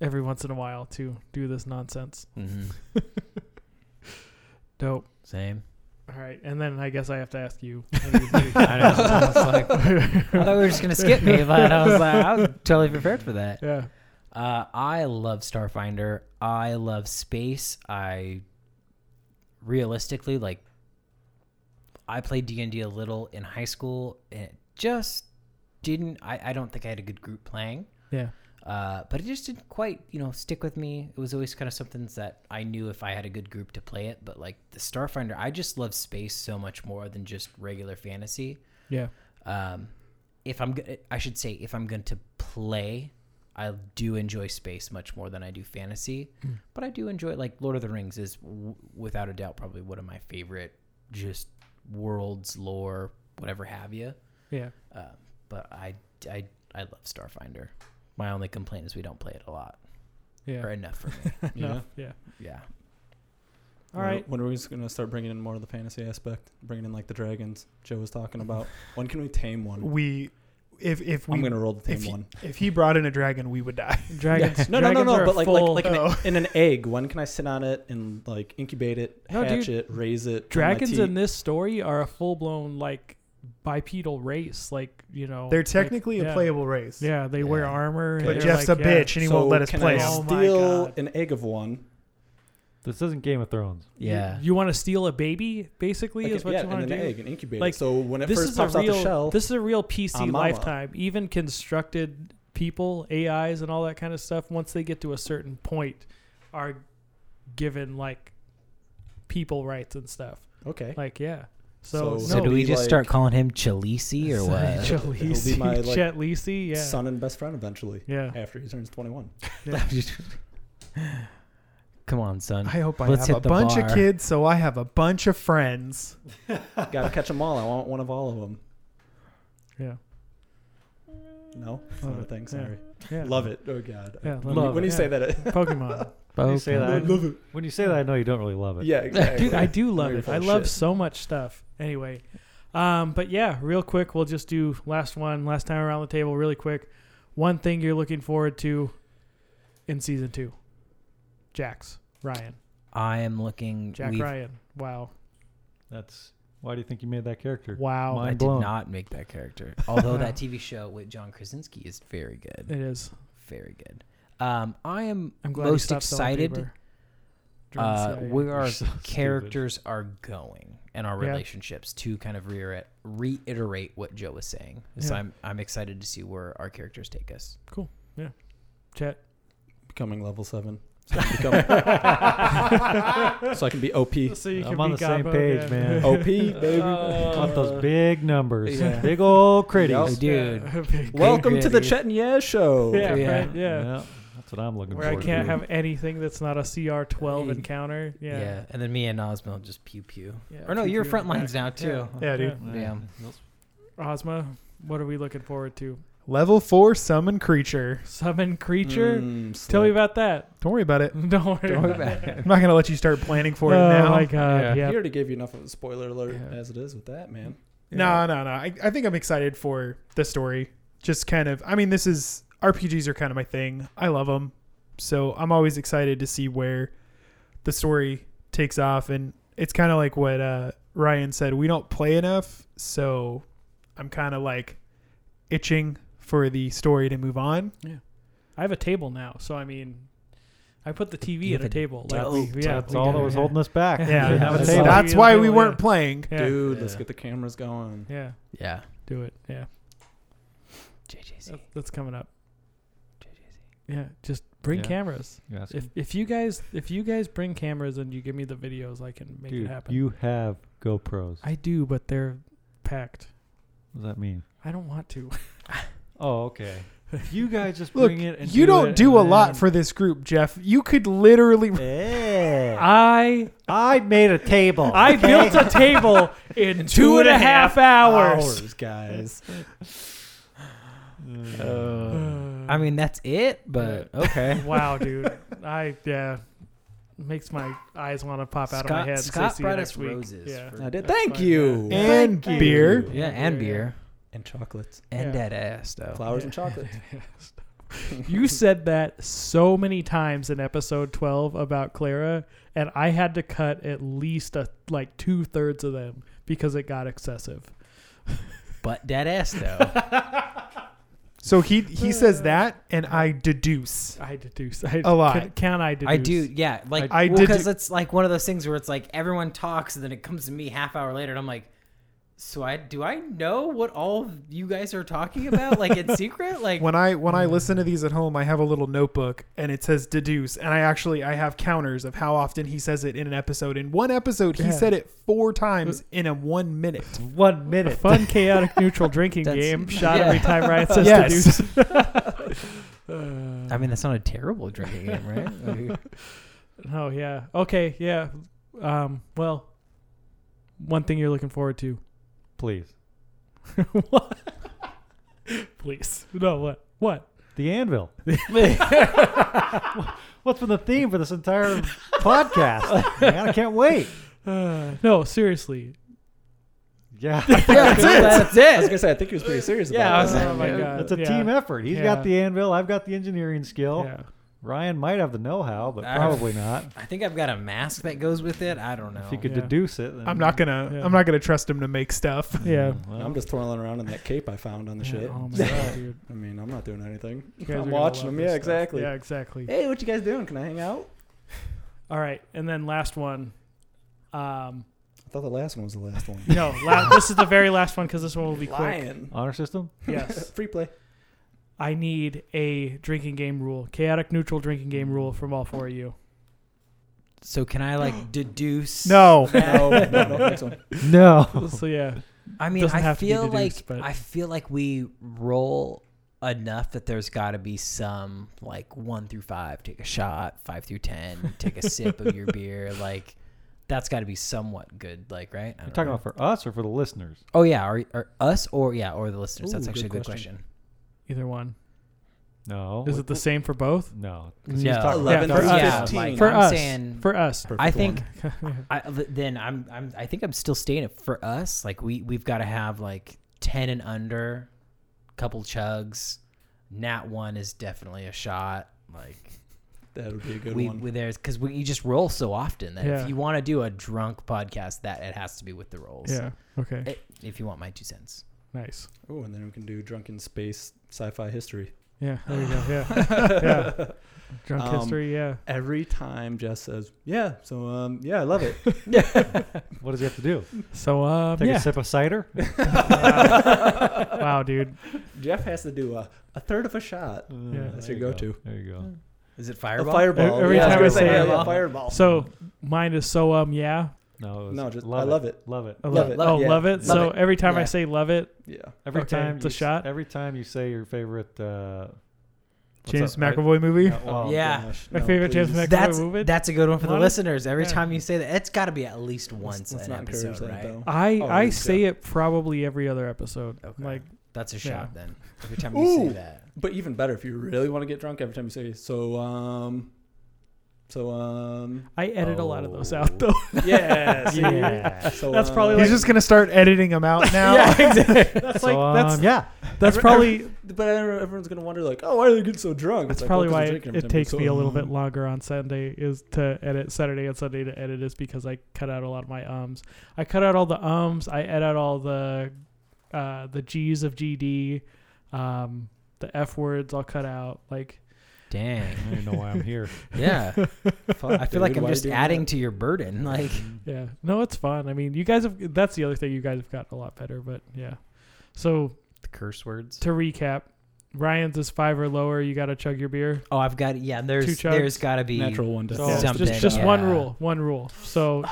Speaker 1: every once in a while to do this nonsense
Speaker 3: mm-hmm.
Speaker 1: dope
Speaker 3: Same.
Speaker 1: All right, and then I guess I have to ask you.
Speaker 3: I know. I was like, I thought we were just gonna skip me, but I was like, I was totally prepared for that.
Speaker 1: yeah,
Speaker 3: Uh, I love Starfinder. I love space. I realistically like. I played D and D a little in high school, and it just didn't. I, I don't think I had a good group playing.
Speaker 1: yeah,
Speaker 3: Uh, but it just didn't quite, you know, stick with me. It was always kind of something that I knew if I had a good group to play it. But like the Starfinder, I just love space so much more than just regular fantasy
Speaker 1: yeah,
Speaker 3: um, if I'm, go- I should say, if I'm going to play, I do enjoy space much more than I do fantasy. But I do enjoy, like Lord of the Rings is w- without a doubt probably one of my favorite, just worlds, lore, whatever have you.
Speaker 1: yeah.
Speaker 3: Um, but I, I, I love Starfinder. My only complaint is we don't play it a lot
Speaker 1: Yeah.
Speaker 3: or enough for me.
Speaker 1: No, yeah.
Speaker 3: yeah.
Speaker 1: All
Speaker 2: When-
Speaker 1: right.
Speaker 2: When are we just gonna start bringing in more of the fantasy aspect? Bringing in like the dragons Joe was talking about. when can we tame one?
Speaker 4: We, if if we
Speaker 2: I'm gonna roll the tame
Speaker 4: if you-
Speaker 2: one.
Speaker 4: if he brought in a dragon, we would die.
Speaker 1: Dragons.
Speaker 2: No, no, no,
Speaker 1: dragons
Speaker 2: no.
Speaker 1: are
Speaker 2: But like,
Speaker 1: full-
Speaker 2: like, like
Speaker 4: Oh.
Speaker 2: an, in an egg. When can I sit on it and like incubate it,
Speaker 1: No,
Speaker 2: hatch
Speaker 1: dude.
Speaker 2: it, raise it? put it on my
Speaker 1: dragons
Speaker 2: teeth?
Speaker 1: in this story are a full blown like bipedal race. Like you know,
Speaker 4: They're
Speaker 1: like-
Speaker 4: technically a
Speaker 1: yeah.
Speaker 4: playable race.
Speaker 1: Yeah, they wear
Speaker 2: Yeah.
Speaker 1: armor. and
Speaker 4: But
Speaker 1: they're
Speaker 4: Jeff's
Speaker 1: like,
Speaker 4: a
Speaker 1: yeah.
Speaker 4: bitch and he won't let us
Speaker 2: can
Speaker 4: play.
Speaker 2: I
Speaker 4: him.
Speaker 1: Oh my
Speaker 2: steal
Speaker 1: God.
Speaker 2: an egg of one.
Speaker 5: This isn't Game of Thrones.
Speaker 3: Yeah.
Speaker 1: You, want to steal a baby, basically,
Speaker 2: Like,
Speaker 1: is what
Speaker 2: yeah,
Speaker 1: you
Speaker 2: and
Speaker 1: want
Speaker 2: an
Speaker 1: to do.
Speaker 2: egg and incubate
Speaker 1: Like,
Speaker 2: it. So when it
Speaker 1: this
Speaker 2: first
Speaker 1: is a
Speaker 2: pops out
Speaker 1: real.
Speaker 2: the shell,
Speaker 1: this is a real
Speaker 2: I'm
Speaker 1: PC
Speaker 2: Mama.
Speaker 1: lifetime. Even constructed people, AIs, and all that kind of stuff. Once they get to a certain point, are given like people rights and stuff.
Speaker 2: okay,
Speaker 1: Like yeah. So,
Speaker 2: So-
Speaker 3: So
Speaker 1: no.
Speaker 3: do we
Speaker 2: be
Speaker 3: just
Speaker 2: like-
Speaker 3: start calling him Chalisi or what?
Speaker 1: Joe
Speaker 2: It'll be my,
Speaker 1: Lisi,
Speaker 2: like,
Speaker 1: Chet Lisi, yeah,
Speaker 2: son and best friend eventually.
Speaker 1: yeah.
Speaker 2: After he turns 21.
Speaker 3: Come on, son.
Speaker 4: I hope I
Speaker 3: Let's hit
Speaker 4: have a
Speaker 3: the
Speaker 4: bunch of
Speaker 3: bar.
Speaker 4: kids, so I have a bunch of friends.
Speaker 2: Gotta catch them all. I want one of all of them.
Speaker 1: Yeah.
Speaker 2: No, it's
Speaker 1: Love
Speaker 2: not a
Speaker 1: it.
Speaker 2: thing.
Speaker 1: Yeah.
Speaker 2: Sorry.
Speaker 1: Yeah.
Speaker 2: Love it. Oh God.
Speaker 1: Yeah,
Speaker 2: when
Speaker 1: love
Speaker 2: you, when
Speaker 1: it.
Speaker 2: you say
Speaker 1: Yeah.
Speaker 2: that, it,
Speaker 1: Pokemon.
Speaker 5: When you say that,
Speaker 3: Pokemon.
Speaker 5: I, when you say that, I know you don't really love it.
Speaker 2: yeah, exactly.
Speaker 1: Dude, I do love
Speaker 2: You're
Speaker 1: it.
Speaker 2: full
Speaker 1: I
Speaker 2: of
Speaker 1: love
Speaker 2: shit.
Speaker 1: so much stuff. Anyway, um, but yeah, real quick, we'll just do last one, last time around the table, really quick. One thing you're looking forward to in season two, Jax Ryan,
Speaker 3: I am looking.
Speaker 1: Jack
Speaker 3: we've-
Speaker 1: Ryan. Wow,
Speaker 5: That's why do you think you made that character?
Speaker 1: wow,
Speaker 5: Mine-
Speaker 3: I
Speaker 5: Mind
Speaker 3: did
Speaker 5: blown.
Speaker 3: not make that character. Although
Speaker 1: Wow.
Speaker 3: that TV show with John Krasinski is very good.
Speaker 1: it is.
Speaker 3: Very good. Um, I am
Speaker 1: I'm glad you
Speaker 3: most
Speaker 1: stopped selling
Speaker 3: excited
Speaker 1: paper. During
Speaker 3: uh,
Speaker 1: CIA.
Speaker 3: where our
Speaker 5: so stupid.
Speaker 3: characters are going and our
Speaker 1: Yeah.
Speaker 3: relationships to kind of re- reiterate what Joe was saying. So
Speaker 1: Yeah.
Speaker 3: I'm I'm excited to see where our characters take us.
Speaker 1: Chet.
Speaker 2: becoming level seven. So I can become- so I can be OP.
Speaker 1: So you
Speaker 5: I'm
Speaker 1: can
Speaker 5: on
Speaker 1: be
Speaker 5: the same
Speaker 1: Gobbo
Speaker 5: page,
Speaker 1: again.
Speaker 5: man. Oh,
Speaker 2: OP, baby.
Speaker 5: Want those big numbers,
Speaker 2: Yeah.
Speaker 5: big old
Speaker 2: Yup.
Speaker 5: critties.
Speaker 3: Hey, dude.
Speaker 1: Big-
Speaker 2: Welcome to the
Speaker 3: Gritty.
Speaker 2: Chet and Yeah show.
Speaker 1: yeah,
Speaker 3: Yeah.
Speaker 1: right, yeah.
Speaker 5: that's what I'm looking
Speaker 1: Where I
Speaker 5: for.
Speaker 1: can't have anything that's not a CR12
Speaker 3: Hey.
Speaker 1: encounter.
Speaker 3: Yeah.
Speaker 1: Yeah.
Speaker 3: And then me and Osmo just pew pew.
Speaker 1: Yeah,
Speaker 3: or no,
Speaker 1: pew
Speaker 3: you're
Speaker 1: pew in
Speaker 3: front
Speaker 1: the back.
Speaker 3: lines now too.
Speaker 4: Yeah, dude.
Speaker 3: Damn.
Speaker 1: Ozma, what are we looking forward to?
Speaker 4: Level four summon creature.
Speaker 1: Summon creature.
Speaker 2: Mm,
Speaker 1: Tell me
Speaker 2: slick.
Speaker 1: about that.
Speaker 4: Don't worry about it.
Speaker 1: Don't worry.
Speaker 3: Don't worry
Speaker 1: about
Speaker 3: about it.
Speaker 4: I'm not gonna let you start planning for it
Speaker 1: oh
Speaker 4: now.
Speaker 1: my god.
Speaker 5: Yeah.
Speaker 1: Yeah.
Speaker 2: He already gave you enough of a spoiler alert
Speaker 1: Yeah.
Speaker 2: as it is with that man.
Speaker 4: No, no, no. I, I think I'm excited for the story. Just kind of, I mean, this is RPGs are kind of my thing. I love them, so I'm always excited to see where the story takes off. And it's kind of like what uh, Ryan said: we don't play enough, so I'm kind of like itching for the story to move on.
Speaker 1: I have a table now, so I mean, I put the TV
Speaker 3: You
Speaker 1: in
Speaker 3: have
Speaker 1: a
Speaker 3: a
Speaker 1: table. Like,
Speaker 3: table.
Speaker 1: we, yeah,
Speaker 5: that's
Speaker 1: we
Speaker 5: all
Speaker 1: got
Speaker 5: that
Speaker 1: it,
Speaker 5: was
Speaker 1: yeah.
Speaker 5: holding us back.
Speaker 1: Yeah.
Speaker 5: We didn't have a
Speaker 4: that's,
Speaker 1: So
Speaker 5: table.
Speaker 4: that's
Speaker 1: table.
Speaker 4: why we
Speaker 1: Yeah.
Speaker 4: weren't playing.
Speaker 1: Yeah.
Speaker 2: Dude, let's
Speaker 3: Yeah.
Speaker 2: get the cameras going.
Speaker 1: Yeah.
Speaker 3: Yeah.
Speaker 1: Do it. Yeah.
Speaker 3: JJC.
Speaker 1: That- That's coming up.
Speaker 3: JJC.
Speaker 1: Yeah. Just bring
Speaker 5: Yeah.
Speaker 1: cameras.
Speaker 5: Yes.
Speaker 1: If if you guys if you guys bring cameras and you give me the videos, I can make it
Speaker 5: Dude,
Speaker 1: happen.
Speaker 5: you have GoPros.
Speaker 1: I do, but they're packed.
Speaker 5: What does that mean?
Speaker 1: I don't want to.
Speaker 5: Oh, okay. You guys just
Speaker 4: Look,
Speaker 5: bring it. And
Speaker 4: you
Speaker 5: do
Speaker 4: don't
Speaker 5: it
Speaker 4: do
Speaker 5: and
Speaker 4: a lot
Speaker 5: then-
Speaker 4: for this group, Jeff. You could literally.
Speaker 5: Yeah.
Speaker 1: I
Speaker 5: I made a table.
Speaker 1: I built a table in two and a half hours.
Speaker 2: Hours, guys.
Speaker 1: Uh.
Speaker 3: I mean that's it, but okay.
Speaker 1: wow, dude. I yeah, makes my eyes want to pop out of my
Speaker 3: Scott-
Speaker 1: head. and say,
Speaker 3: Scott
Speaker 1: "See you
Speaker 3: brought
Speaker 1: next
Speaker 3: us
Speaker 1: week."
Speaker 3: roses
Speaker 1: Yeah.
Speaker 3: for-
Speaker 2: I did.
Speaker 1: That's
Speaker 2: Thank
Speaker 1: fine,
Speaker 2: you.
Speaker 1: yeah.
Speaker 4: And
Speaker 1: Thank
Speaker 4: beer.
Speaker 1: you.
Speaker 3: yeah, and beer.
Speaker 2: And chocolates.
Speaker 3: And
Speaker 1: Yeah.
Speaker 3: that ass though.
Speaker 2: Flowers and chocolate.
Speaker 1: You said that so many times in episode twelve about Clara, and I had to cut at least a, like two thirds of them because it got excessive.
Speaker 3: But that ass though.
Speaker 4: So he he says that, and I deduce.
Speaker 1: I deduce. I,
Speaker 4: A lot.
Speaker 1: Can, can I deduce?
Speaker 3: I do, yeah. Like
Speaker 4: I
Speaker 3: I
Speaker 4: did
Speaker 3: because
Speaker 4: do-
Speaker 3: it's like one of those things where it's like everyone talks and then it comes to me half hour later and I'm like, so I do I know what all of you guys are talking about like in secret? Like
Speaker 4: when I when I listen to these at home, I have a little notebook and it says deduce, and I actually I have counters of how often he says it in an episode. In one episode, he
Speaker 1: Yeah.
Speaker 4: said it four times in a one minute.
Speaker 5: one
Speaker 1: A
Speaker 5: minute.
Speaker 1: fun, chaotic, neutral drinking
Speaker 3: That's-
Speaker 1: game. Shot
Speaker 3: yeah.
Speaker 1: every time Ryan says
Speaker 4: Yes.
Speaker 1: deduce. Uh,
Speaker 3: I mean that's not a terrible drinking game, right? Like,
Speaker 1: Oh yeah. Okay. Yeah. Um. Well, one thing you're looking forward to.
Speaker 5: Please.
Speaker 1: what? Please. No. What? What?
Speaker 5: The anvil. What's been the theme for this entire podcast? Man, I can't wait.
Speaker 1: Uh, no, seriously.
Speaker 5: Yeah,
Speaker 3: yeah, that's
Speaker 2: I was
Speaker 3: it.
Speaker 2: gonna say I think he was pretty serious
Speaker 3: Yeah, I
Speaker 2: about
Speaker 3: was
Speaker 2: it.
Speaker 3: like-
Speaker 1: Oh my
Speaker 3: Yeah.
Speaker 1: god,
Speaker 5: it's a
Speaker 1: yeah.
Speaker 5: team effort. He's
Speaker 1: Yeah.
Speaker 5: got the anvil. I've got the engineering skill.
Speaker 1: Yeah.
Speaker 5: Ryan might have the know-how, but
Speaker 3: I've-
Speaker 5: probably not.
Speaker 3: I think I've got a mask that goes with it. I don't know.
Speaker 5: If you could
Speaker 1: Yeah.
Speaker 5: deduce it, then
Speaker 4: I'm not gonna.
Speaker 1: Yeah.
Speaker 4: I'm not gonna trust him to make stuff.
Speaker 1: Yeah.
Speaker 5: Well,
Speaker 2: I'm just twirling around in that cape I found on the
Speaker 1: Yeah,
Speaker 2: shit.
Speaker 1: Oh my god, dude.
Speaker 2: I mean, I'm not doing anything.
Speaker 1: You guys are
Speaker 2: I'm
Speaker 1: gonna
Speaker 2: watching
Speaker 1: love
Speaker 2: them.
Speaker 1: this
Speaker 2: Yeah,
Speaker 1: stuff.
Speaker 2: exactly.
Speaker 1: Yeah, exactly.
Speaker 2: Hey, what you guys doing? Can I hang out?
Speaker 1: All right, and then last one. Um,
Speaker 2: I thought the last one was the last one.
Speaker 1: no, la- this is the very last one because this one will be quick.
Speaker 2: Lion.
Speaker 5: honor system.
Speaker 1: Yes,
Speaker 2: Free play.
Speaker 1: I need a drinking game rule, chaotic neutral drinking game rule from all four of you.
Speaker 3: So can I like deduce?
Speaker 4: No.
Speaker 2: No, no, no, next one.
Speaker 5: No.
Speaker 1: So yeah,
Speaker 3: I mean,
Speaker 1: Doesn't
Speaker 3: I
Speaker 1: have to be
Speaker 3: feel
Speaker 1: deduced,
Speaker 3: like
Speaker 1: but-
Speaker 3: I feel like we roll enough that there's got to be some like one through five, take a shot, five through ten, take a sip of your beer, like. That's got to be somewhat good, like right? I
Speaker 5: You're
Speaker 3: don't
Speaker 5: talking
Speaker 3: know.
Speaker 5: about for us or for the listeners?
Speaker 3: Oh yeah, or, or us or yeah, or the listeners. That's
Speaker 2: Ooh,
Speaker 3: actually a
Speaker 2: good
Speaker 3: good question.
Speaker 1: either one.
Speaker 5: No.
Speaker 1: is it the same for both?
Speaker 5: No. 'cause he's
Speaker 3: No,
Speaker 5: talking about-
Speaker 2: Eleven
Speaker 1: for
Speaker 2: through
Speaker 1: us.
Speaker 3: yeah,
Speaker 2: fifteen.
Speaker 3: like,
Speaker 1: For
Speaker 3: I'm
Speaker 1: us.
Speaker 3: saying,
Speaker 1: For us,
Speaker 2: Perfect
Speaker 3: I
Speaker 2: one.
Speaker 3: think I, uh, then I'm, I'm I think I'm still staying it for us. Like we we've got to have like ten and under, couple chugs. Nat one is definitely a shot. Like
Speaker 2: that would be a good
Speaker 3: we,
Speaker 2: one.
Speaker 3: we there's because we you just roll so often that
Speaker 1: Yeah.
Speaker 3: if you want to do a drunk podcast, that it has to be with the rolls.
Speaker 1: yeah. Okay,
Speaker 2: Eh.
Speaker 3: I- if you want my two cents.
Speaker 1: nice.
Speaker 2: Ooh, and then we can do drunken space sci-fi history.
Speaker 1: Yeah, there you go. Yeah, Yeah. drunk
Speaker 2: Um,
Speaker 1: history. Yeah,
Speaker 2: Every time Jess says, "Yeah, so um, yeah, I love it."
Speaker 5: What does he have to do?
Speaker 1: so um,
Speaker 5: Take
Speaker 1: yeah.
Speaker 5: a sip of cider?
Speaker 1: wow. Wow, dude.
Speaker 2: Jeff has to do a, a third of a shot.
Speaker 5: Uh,
Speaker 2: That's
Speaker 5: there
Speaker 2: your
Speaker 5: you go.
Speaker 2: go-to.
Speaker 5: There you go.
Speaker 3: Is it
Speaker 2: A
Speaker 3: fireball?
Speaker 2: fireball.
Speaker 1: Every
Speaker 2: yeah,
Speaker 1: time
Speaker 2: was
Speaker 1: I
Speaker 2: gonna
Speaker 1: say uh,
Speaker 2: yeah,
Speaker 1: it.
Speaker 2: yeah, fireball.
Speaker 1: So mine is so um yeah.
Speaker 5: No. it was
Speaker 2: no, just
Speaker 5: love
Speaker 2: I
Speaker 5: it.
Speaker 2: love it.
Speaker 5: Love it.
Speaker 1: I
Speaker 2: Love it.
Speaker 1: Oh,
Speaker 2: Yeah.
Speaker 1: love it.
Speaker 2: Love
Speaker 1: so
Speaker 2: it.
Speaker 1: every time I
Speaker 3: Yeah.
Speaker 1: say love it,
Speaker 2: Yeah.
Speaker 5: Every
Speaker 1: Okay,
Speaker 5: time
Speaker 1: it's a
Speaker 5: you s-
Speaker 1: shot?
Speaker 5: Every time you say your favorite uh, what's
Speaker 4: James
Speaker 5: that- I-
Speaker 4: McAvoy movie.
Speaker 5: Yeah, well,
Speaker 3: Yeah.
Speaker 2: Gosh,
Speaker 1: My favorite James
Speaker 2: please.
Speaker 1: Mc-
Speaker 3: That's
Speaker 1: Can we move it?
Speaker 3: that's a good one for the
Speaker 1: Why don't-
Speaker 3: listeners. Every
Speaker 1: yeah.
Speaker 3: time you say that, it's got to be at least once
Speaker 2: Let's- let's
Speaker 3: an
Speaker 2: not encourage
Speaker 3: episode,
Speaker 2: that,
Speaker 3: right?
Speaker 2: though.
Speaker 1: I
Speaker 2: Oh,
Speaker 1: I
Speaker 2: yeah.
Speaker 1: say it probably every other episode.
Speaker 3: Okay.
Speaker 1: Like
Speaker 3: That's a
Speaker 1: Yeah.
Speaker 3: shot then. Every time you say
Speaker 2: Ooh.
Speaker 3: that.
Speaker 2: But even better, if you really want to get drunk, every time you say, "So um, so um,
Speaker 1: I edit a lot of those
Speaker 3: Oh.
Speaker 1: out though.
Speaker 2: yeah, see?
Speaker 5: Yeah.
Speaker 2: so
Speaker 1: That's
Speaker 2: um,
Speaker 1: probably
Speaker 4: He's
Speaker 1: like-
Speaker 4: just gonna start editing them out now.
Speaker 1: that's
Speaker 5: So,
Speaker 1: like that's
Speaker 5: um, yeah.
Speaker 1: that's
Speaker 2: Every-
Speaker 1: probably
Speaker 2: But everyone- everyone's gonna wonder, like, "Oh, why are they getting so drunk?"
Speaker 1: that's
Speaker 2: It's like,
Speaker 1: probably
Speaker 2: well,
Speaker 1: why
Speaker 2: 'cause they're
Speaker 1: it,
Speaker 2: drinking
Speaker 1: it
Speaker 2: every time.
Speaker 1: takes
Speaker 2: So,
Speaker 1: me a little
Speaker 2: um,
Speaker 1: bit longer on Sunday is to edit Saturday and Sunday to edit is because I cut out a lot of my ums. I cut out all the ums. I edit out all the uh, the G's of GD, um, the F words. I'll cut out like
Speaker 3: Dang.
Speaker 5: I don't even know why I'm here.
Speaker 3: Yeah.
Speaker 2: Fuck,
Speaker 3: I feel
Speaker 2: dude,
Speaker 3: like I'm
Speaker 2: why you
Speaker 3: just
Speaker 2: doing
Speaker 3: adding
Speaker 2: that?
Speaker 3: to your burden. Like
Speaker 1: Yeah. No, it's fun. I mean, you guys have that's the other thing you guys have gotten a lot better, but yeah. So,
Speaker 3: the curse words.
Speaker 1: to recap, Ryan's is 5 or lower, you got to chug your beer.
Speaker 3: Oh, I've got yeah. There's
Speaker 1: chugs?
Speaker 3: there's got to be
Speaker 2: natural one to
Speaker 1: So,
Speaker 3: Yeah.
Speaker 1: just
Speaker 3: Oh. Something,
Speaker 1: just, one
Speaker 3: yeah.
Speaker 1: rule, one rule. So,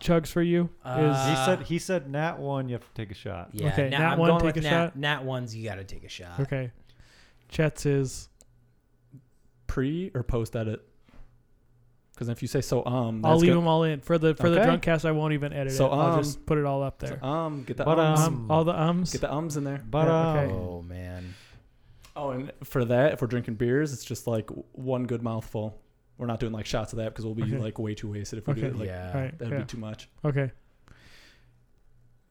Speaker 1: chugs for you is
Speaker 5: he
Speaker 3: Oh, Uh,
Speaker 5: said he said nat one. You have to take a shot.
Speaker 3: Yeah,
Speaker 1: Okay,
Speaker 3: Nat,
Speaker 1: Nat
Speaker 3: I'm
Speaker 1: one,
Speaker 3: going
Speaker 1: take
Speaker 3: with
Speaker 1: a
Speaker 3: Nat,
Speaker 1: shot.
Speaker 3: Nat ones, you got to take a shot.
Speaker 1: okay. Chet's is
Speaker 2: pre or post edit. Because if you say so um,
Speaker 1: I'll
Speaker 2: that's
Speaker 1: leave
Speaker 2: good.
Speaker 1: them all in for the for the
Speaker 2: Okay.
Speaker 1: drunk cast. I won't even edit
Speaker 2: So,
Speaker 1: it. I'll
Speaker 2: um,
Speaker 1: just put it all up there.
Speaker 2: So, um, get the
Speaker 5: But,
Speaker 2: ums.
Speaker 1: um,
Speaker 5: um,
Speaker 1: all the ums.
Speaker 2: get the ums in there.
Speaker 5: But
Speaker 1: Yeah,
Speaker 5: um,
Speaker 1: okay.
Speaker 3: Oh man.
Speaker 2: Oh, and for that, if we're drinking beers, it's just like w- one good mouthful. We're not doing like shots of that because we'll be
Speaker 1: Okay.
Speaker 2: like way too wasted if we do
Speaker 1: Okay.
Speaker 2: it. Like
Speaker 3: yeah.
Speaker 1: all right.
Speaker 2: that'd
Speaker 1: yeah.
Speaker 2: be too much.
Speaker 1: okay.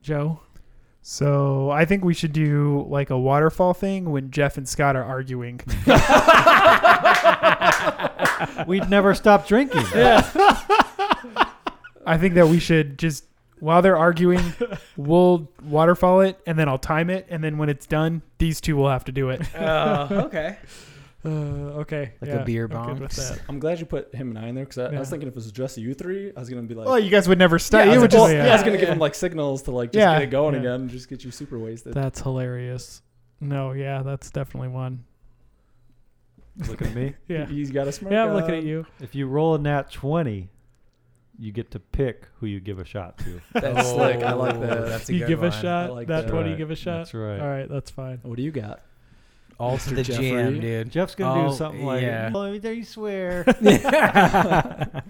Speaker 1: Joe,
Speaker 4: So I think we should do like a waterfall thing when Jeff and Scott are arguing.
Speaker 5: uh, we'd never stop drinking.
Speaker 4: I think that we should just while they're arguing, we'll waterfall it and then I'll time it and then when it's done, these two will have to do it.
Speaker 3: Oh, okay.
Speaker 1: uh, okay.
Speaker 3: Like a
Speaker 1: yeah,
Speaker 3: beer
Speaker 1: I'm good
Speaker 3: bong.
Speaker 1: with that.
Speaker 2: I'm glad you put him and I in there because I, I
Speaker 1: Yeah. Oh,
Speaker 2: was thinking if it was just you three, I was gonna be like,
Speaker 4: Well, you guys would never
Speaker 2: yeah,
Speaker 4: stop.
Speaker 2: I
Speaker 4: it
Speaker 2: was,
Speaker 4: would
Speaker 2: well,
Speaker 4: just
Speaker 2: yeah,
Speaker 1: yeah,
Speaker 2: I was gonna give
Speaker 1: yeah.
Speaker 2: him like signals to like just
Speaker 4: Yeah.
Speaker 2: get it going
Speaker 1: Yeah.
Speaker 2: again and just get you super wasted.
Speaker 1: That's hilarious. No, yeah, that's definitely one.
Speaker 5: Look at me.
Speaker 1: Yeah.
Speaker 2: he's got a uh, smirk.
Speaker 1: Yeah, I'm looking at
Speaker 2: on.
Speaker 1: you.
Speaker 5: If you roll a nat twenty, you get to pick who you give a shot to.
Speaker 2: That's slick. I like that.
Speaker 3: That's a
Speaker 1: You
Speaker 3: good
Speaker 1: give
Speaker 3: one.
Speaker 1: a shot.
Speaker 2: like
Speaker 1: that
Speaker 2: that.
Speaker 1: twenty,
Speaker 5: Right.
Speaker 1: give a shot.
Speaker 5: That's right.
Speaker 1: All right, that's fine.
Speaker 2: what do you got?
Speaker 3: All
Speaker 2: Mr.
Speaker 3: to the
Speaker 2: Jeffrey.
Speaker 3: jam, dude.
Speaker 5: Jeff's gonna
Speaker 3: Oh,
Speaker 5: do something like,
Speaker 3: yeah.
Speaker 5: "Oh, there you swear."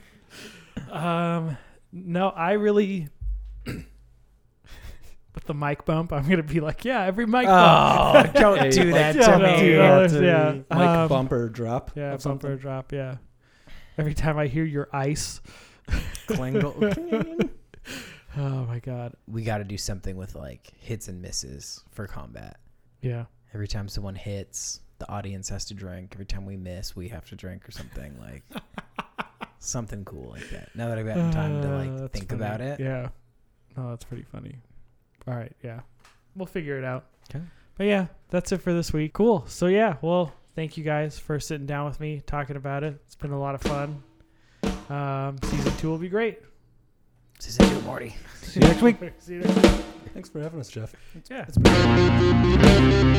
Speaker 1: Um, no, I really, with the mic bump, I'm gonna be like, yeah, every mic bump.
Speaker 3: Oh, don't
Speaker 2: Hey,
Speaker 3: do
Speaker 2: like,
Speaker 3: that
Speaker 1: yeah,
Speaker 3: to
Speaker 1: don't do
Speaker 3: me.
Speaker 1: that.
Speaker 5: Anthony.
Speaker 1: Yeah.
Speaker 2: Like
Speaker 1: Um,
Speaker 2: bumper drop.
Speaker 1: Yeah,
Speaker 2: of
Speaker 1: bumper
Speaker 2: something.
Speaker 1: drop. Yeah. Every time I hear your ice,
Speaker 3: Klingle.
Speaker 1: oh my god.
Speaker 3: we got to do something with like hits and misses for combat.
Speaker 1: Yeah.
Speaker 3: Every time someone hits, the audience has to drink. Every time we miss, we have to drink or something like something cool like that. Now that I've gotten time to
Speaker 1: Uh,
Speaker 3: like
Speaker 1: that's
Speaker 3: think
Speaker 1: funny.
Speaker 3: about it.
Speaker 1: Yeah. No, that's pretty funny. All right. Yeah. We'll figure it out.
Speaker 3: 'Kay.
Speaker 1: But yeah, that's it for this week. Cool. So yeah, well, thank you guys for sitting down with me talking about it. It's been a lot of fun. Um, season two will be great.
Speaker 3: Season two, Morty.
Speaker 5: See you next week.
Speaker 1: See you next week.
Speaker 2: Thanks for having us, Jeff.
Speaker 1: Yeah.
Speaker 2: It's been fun.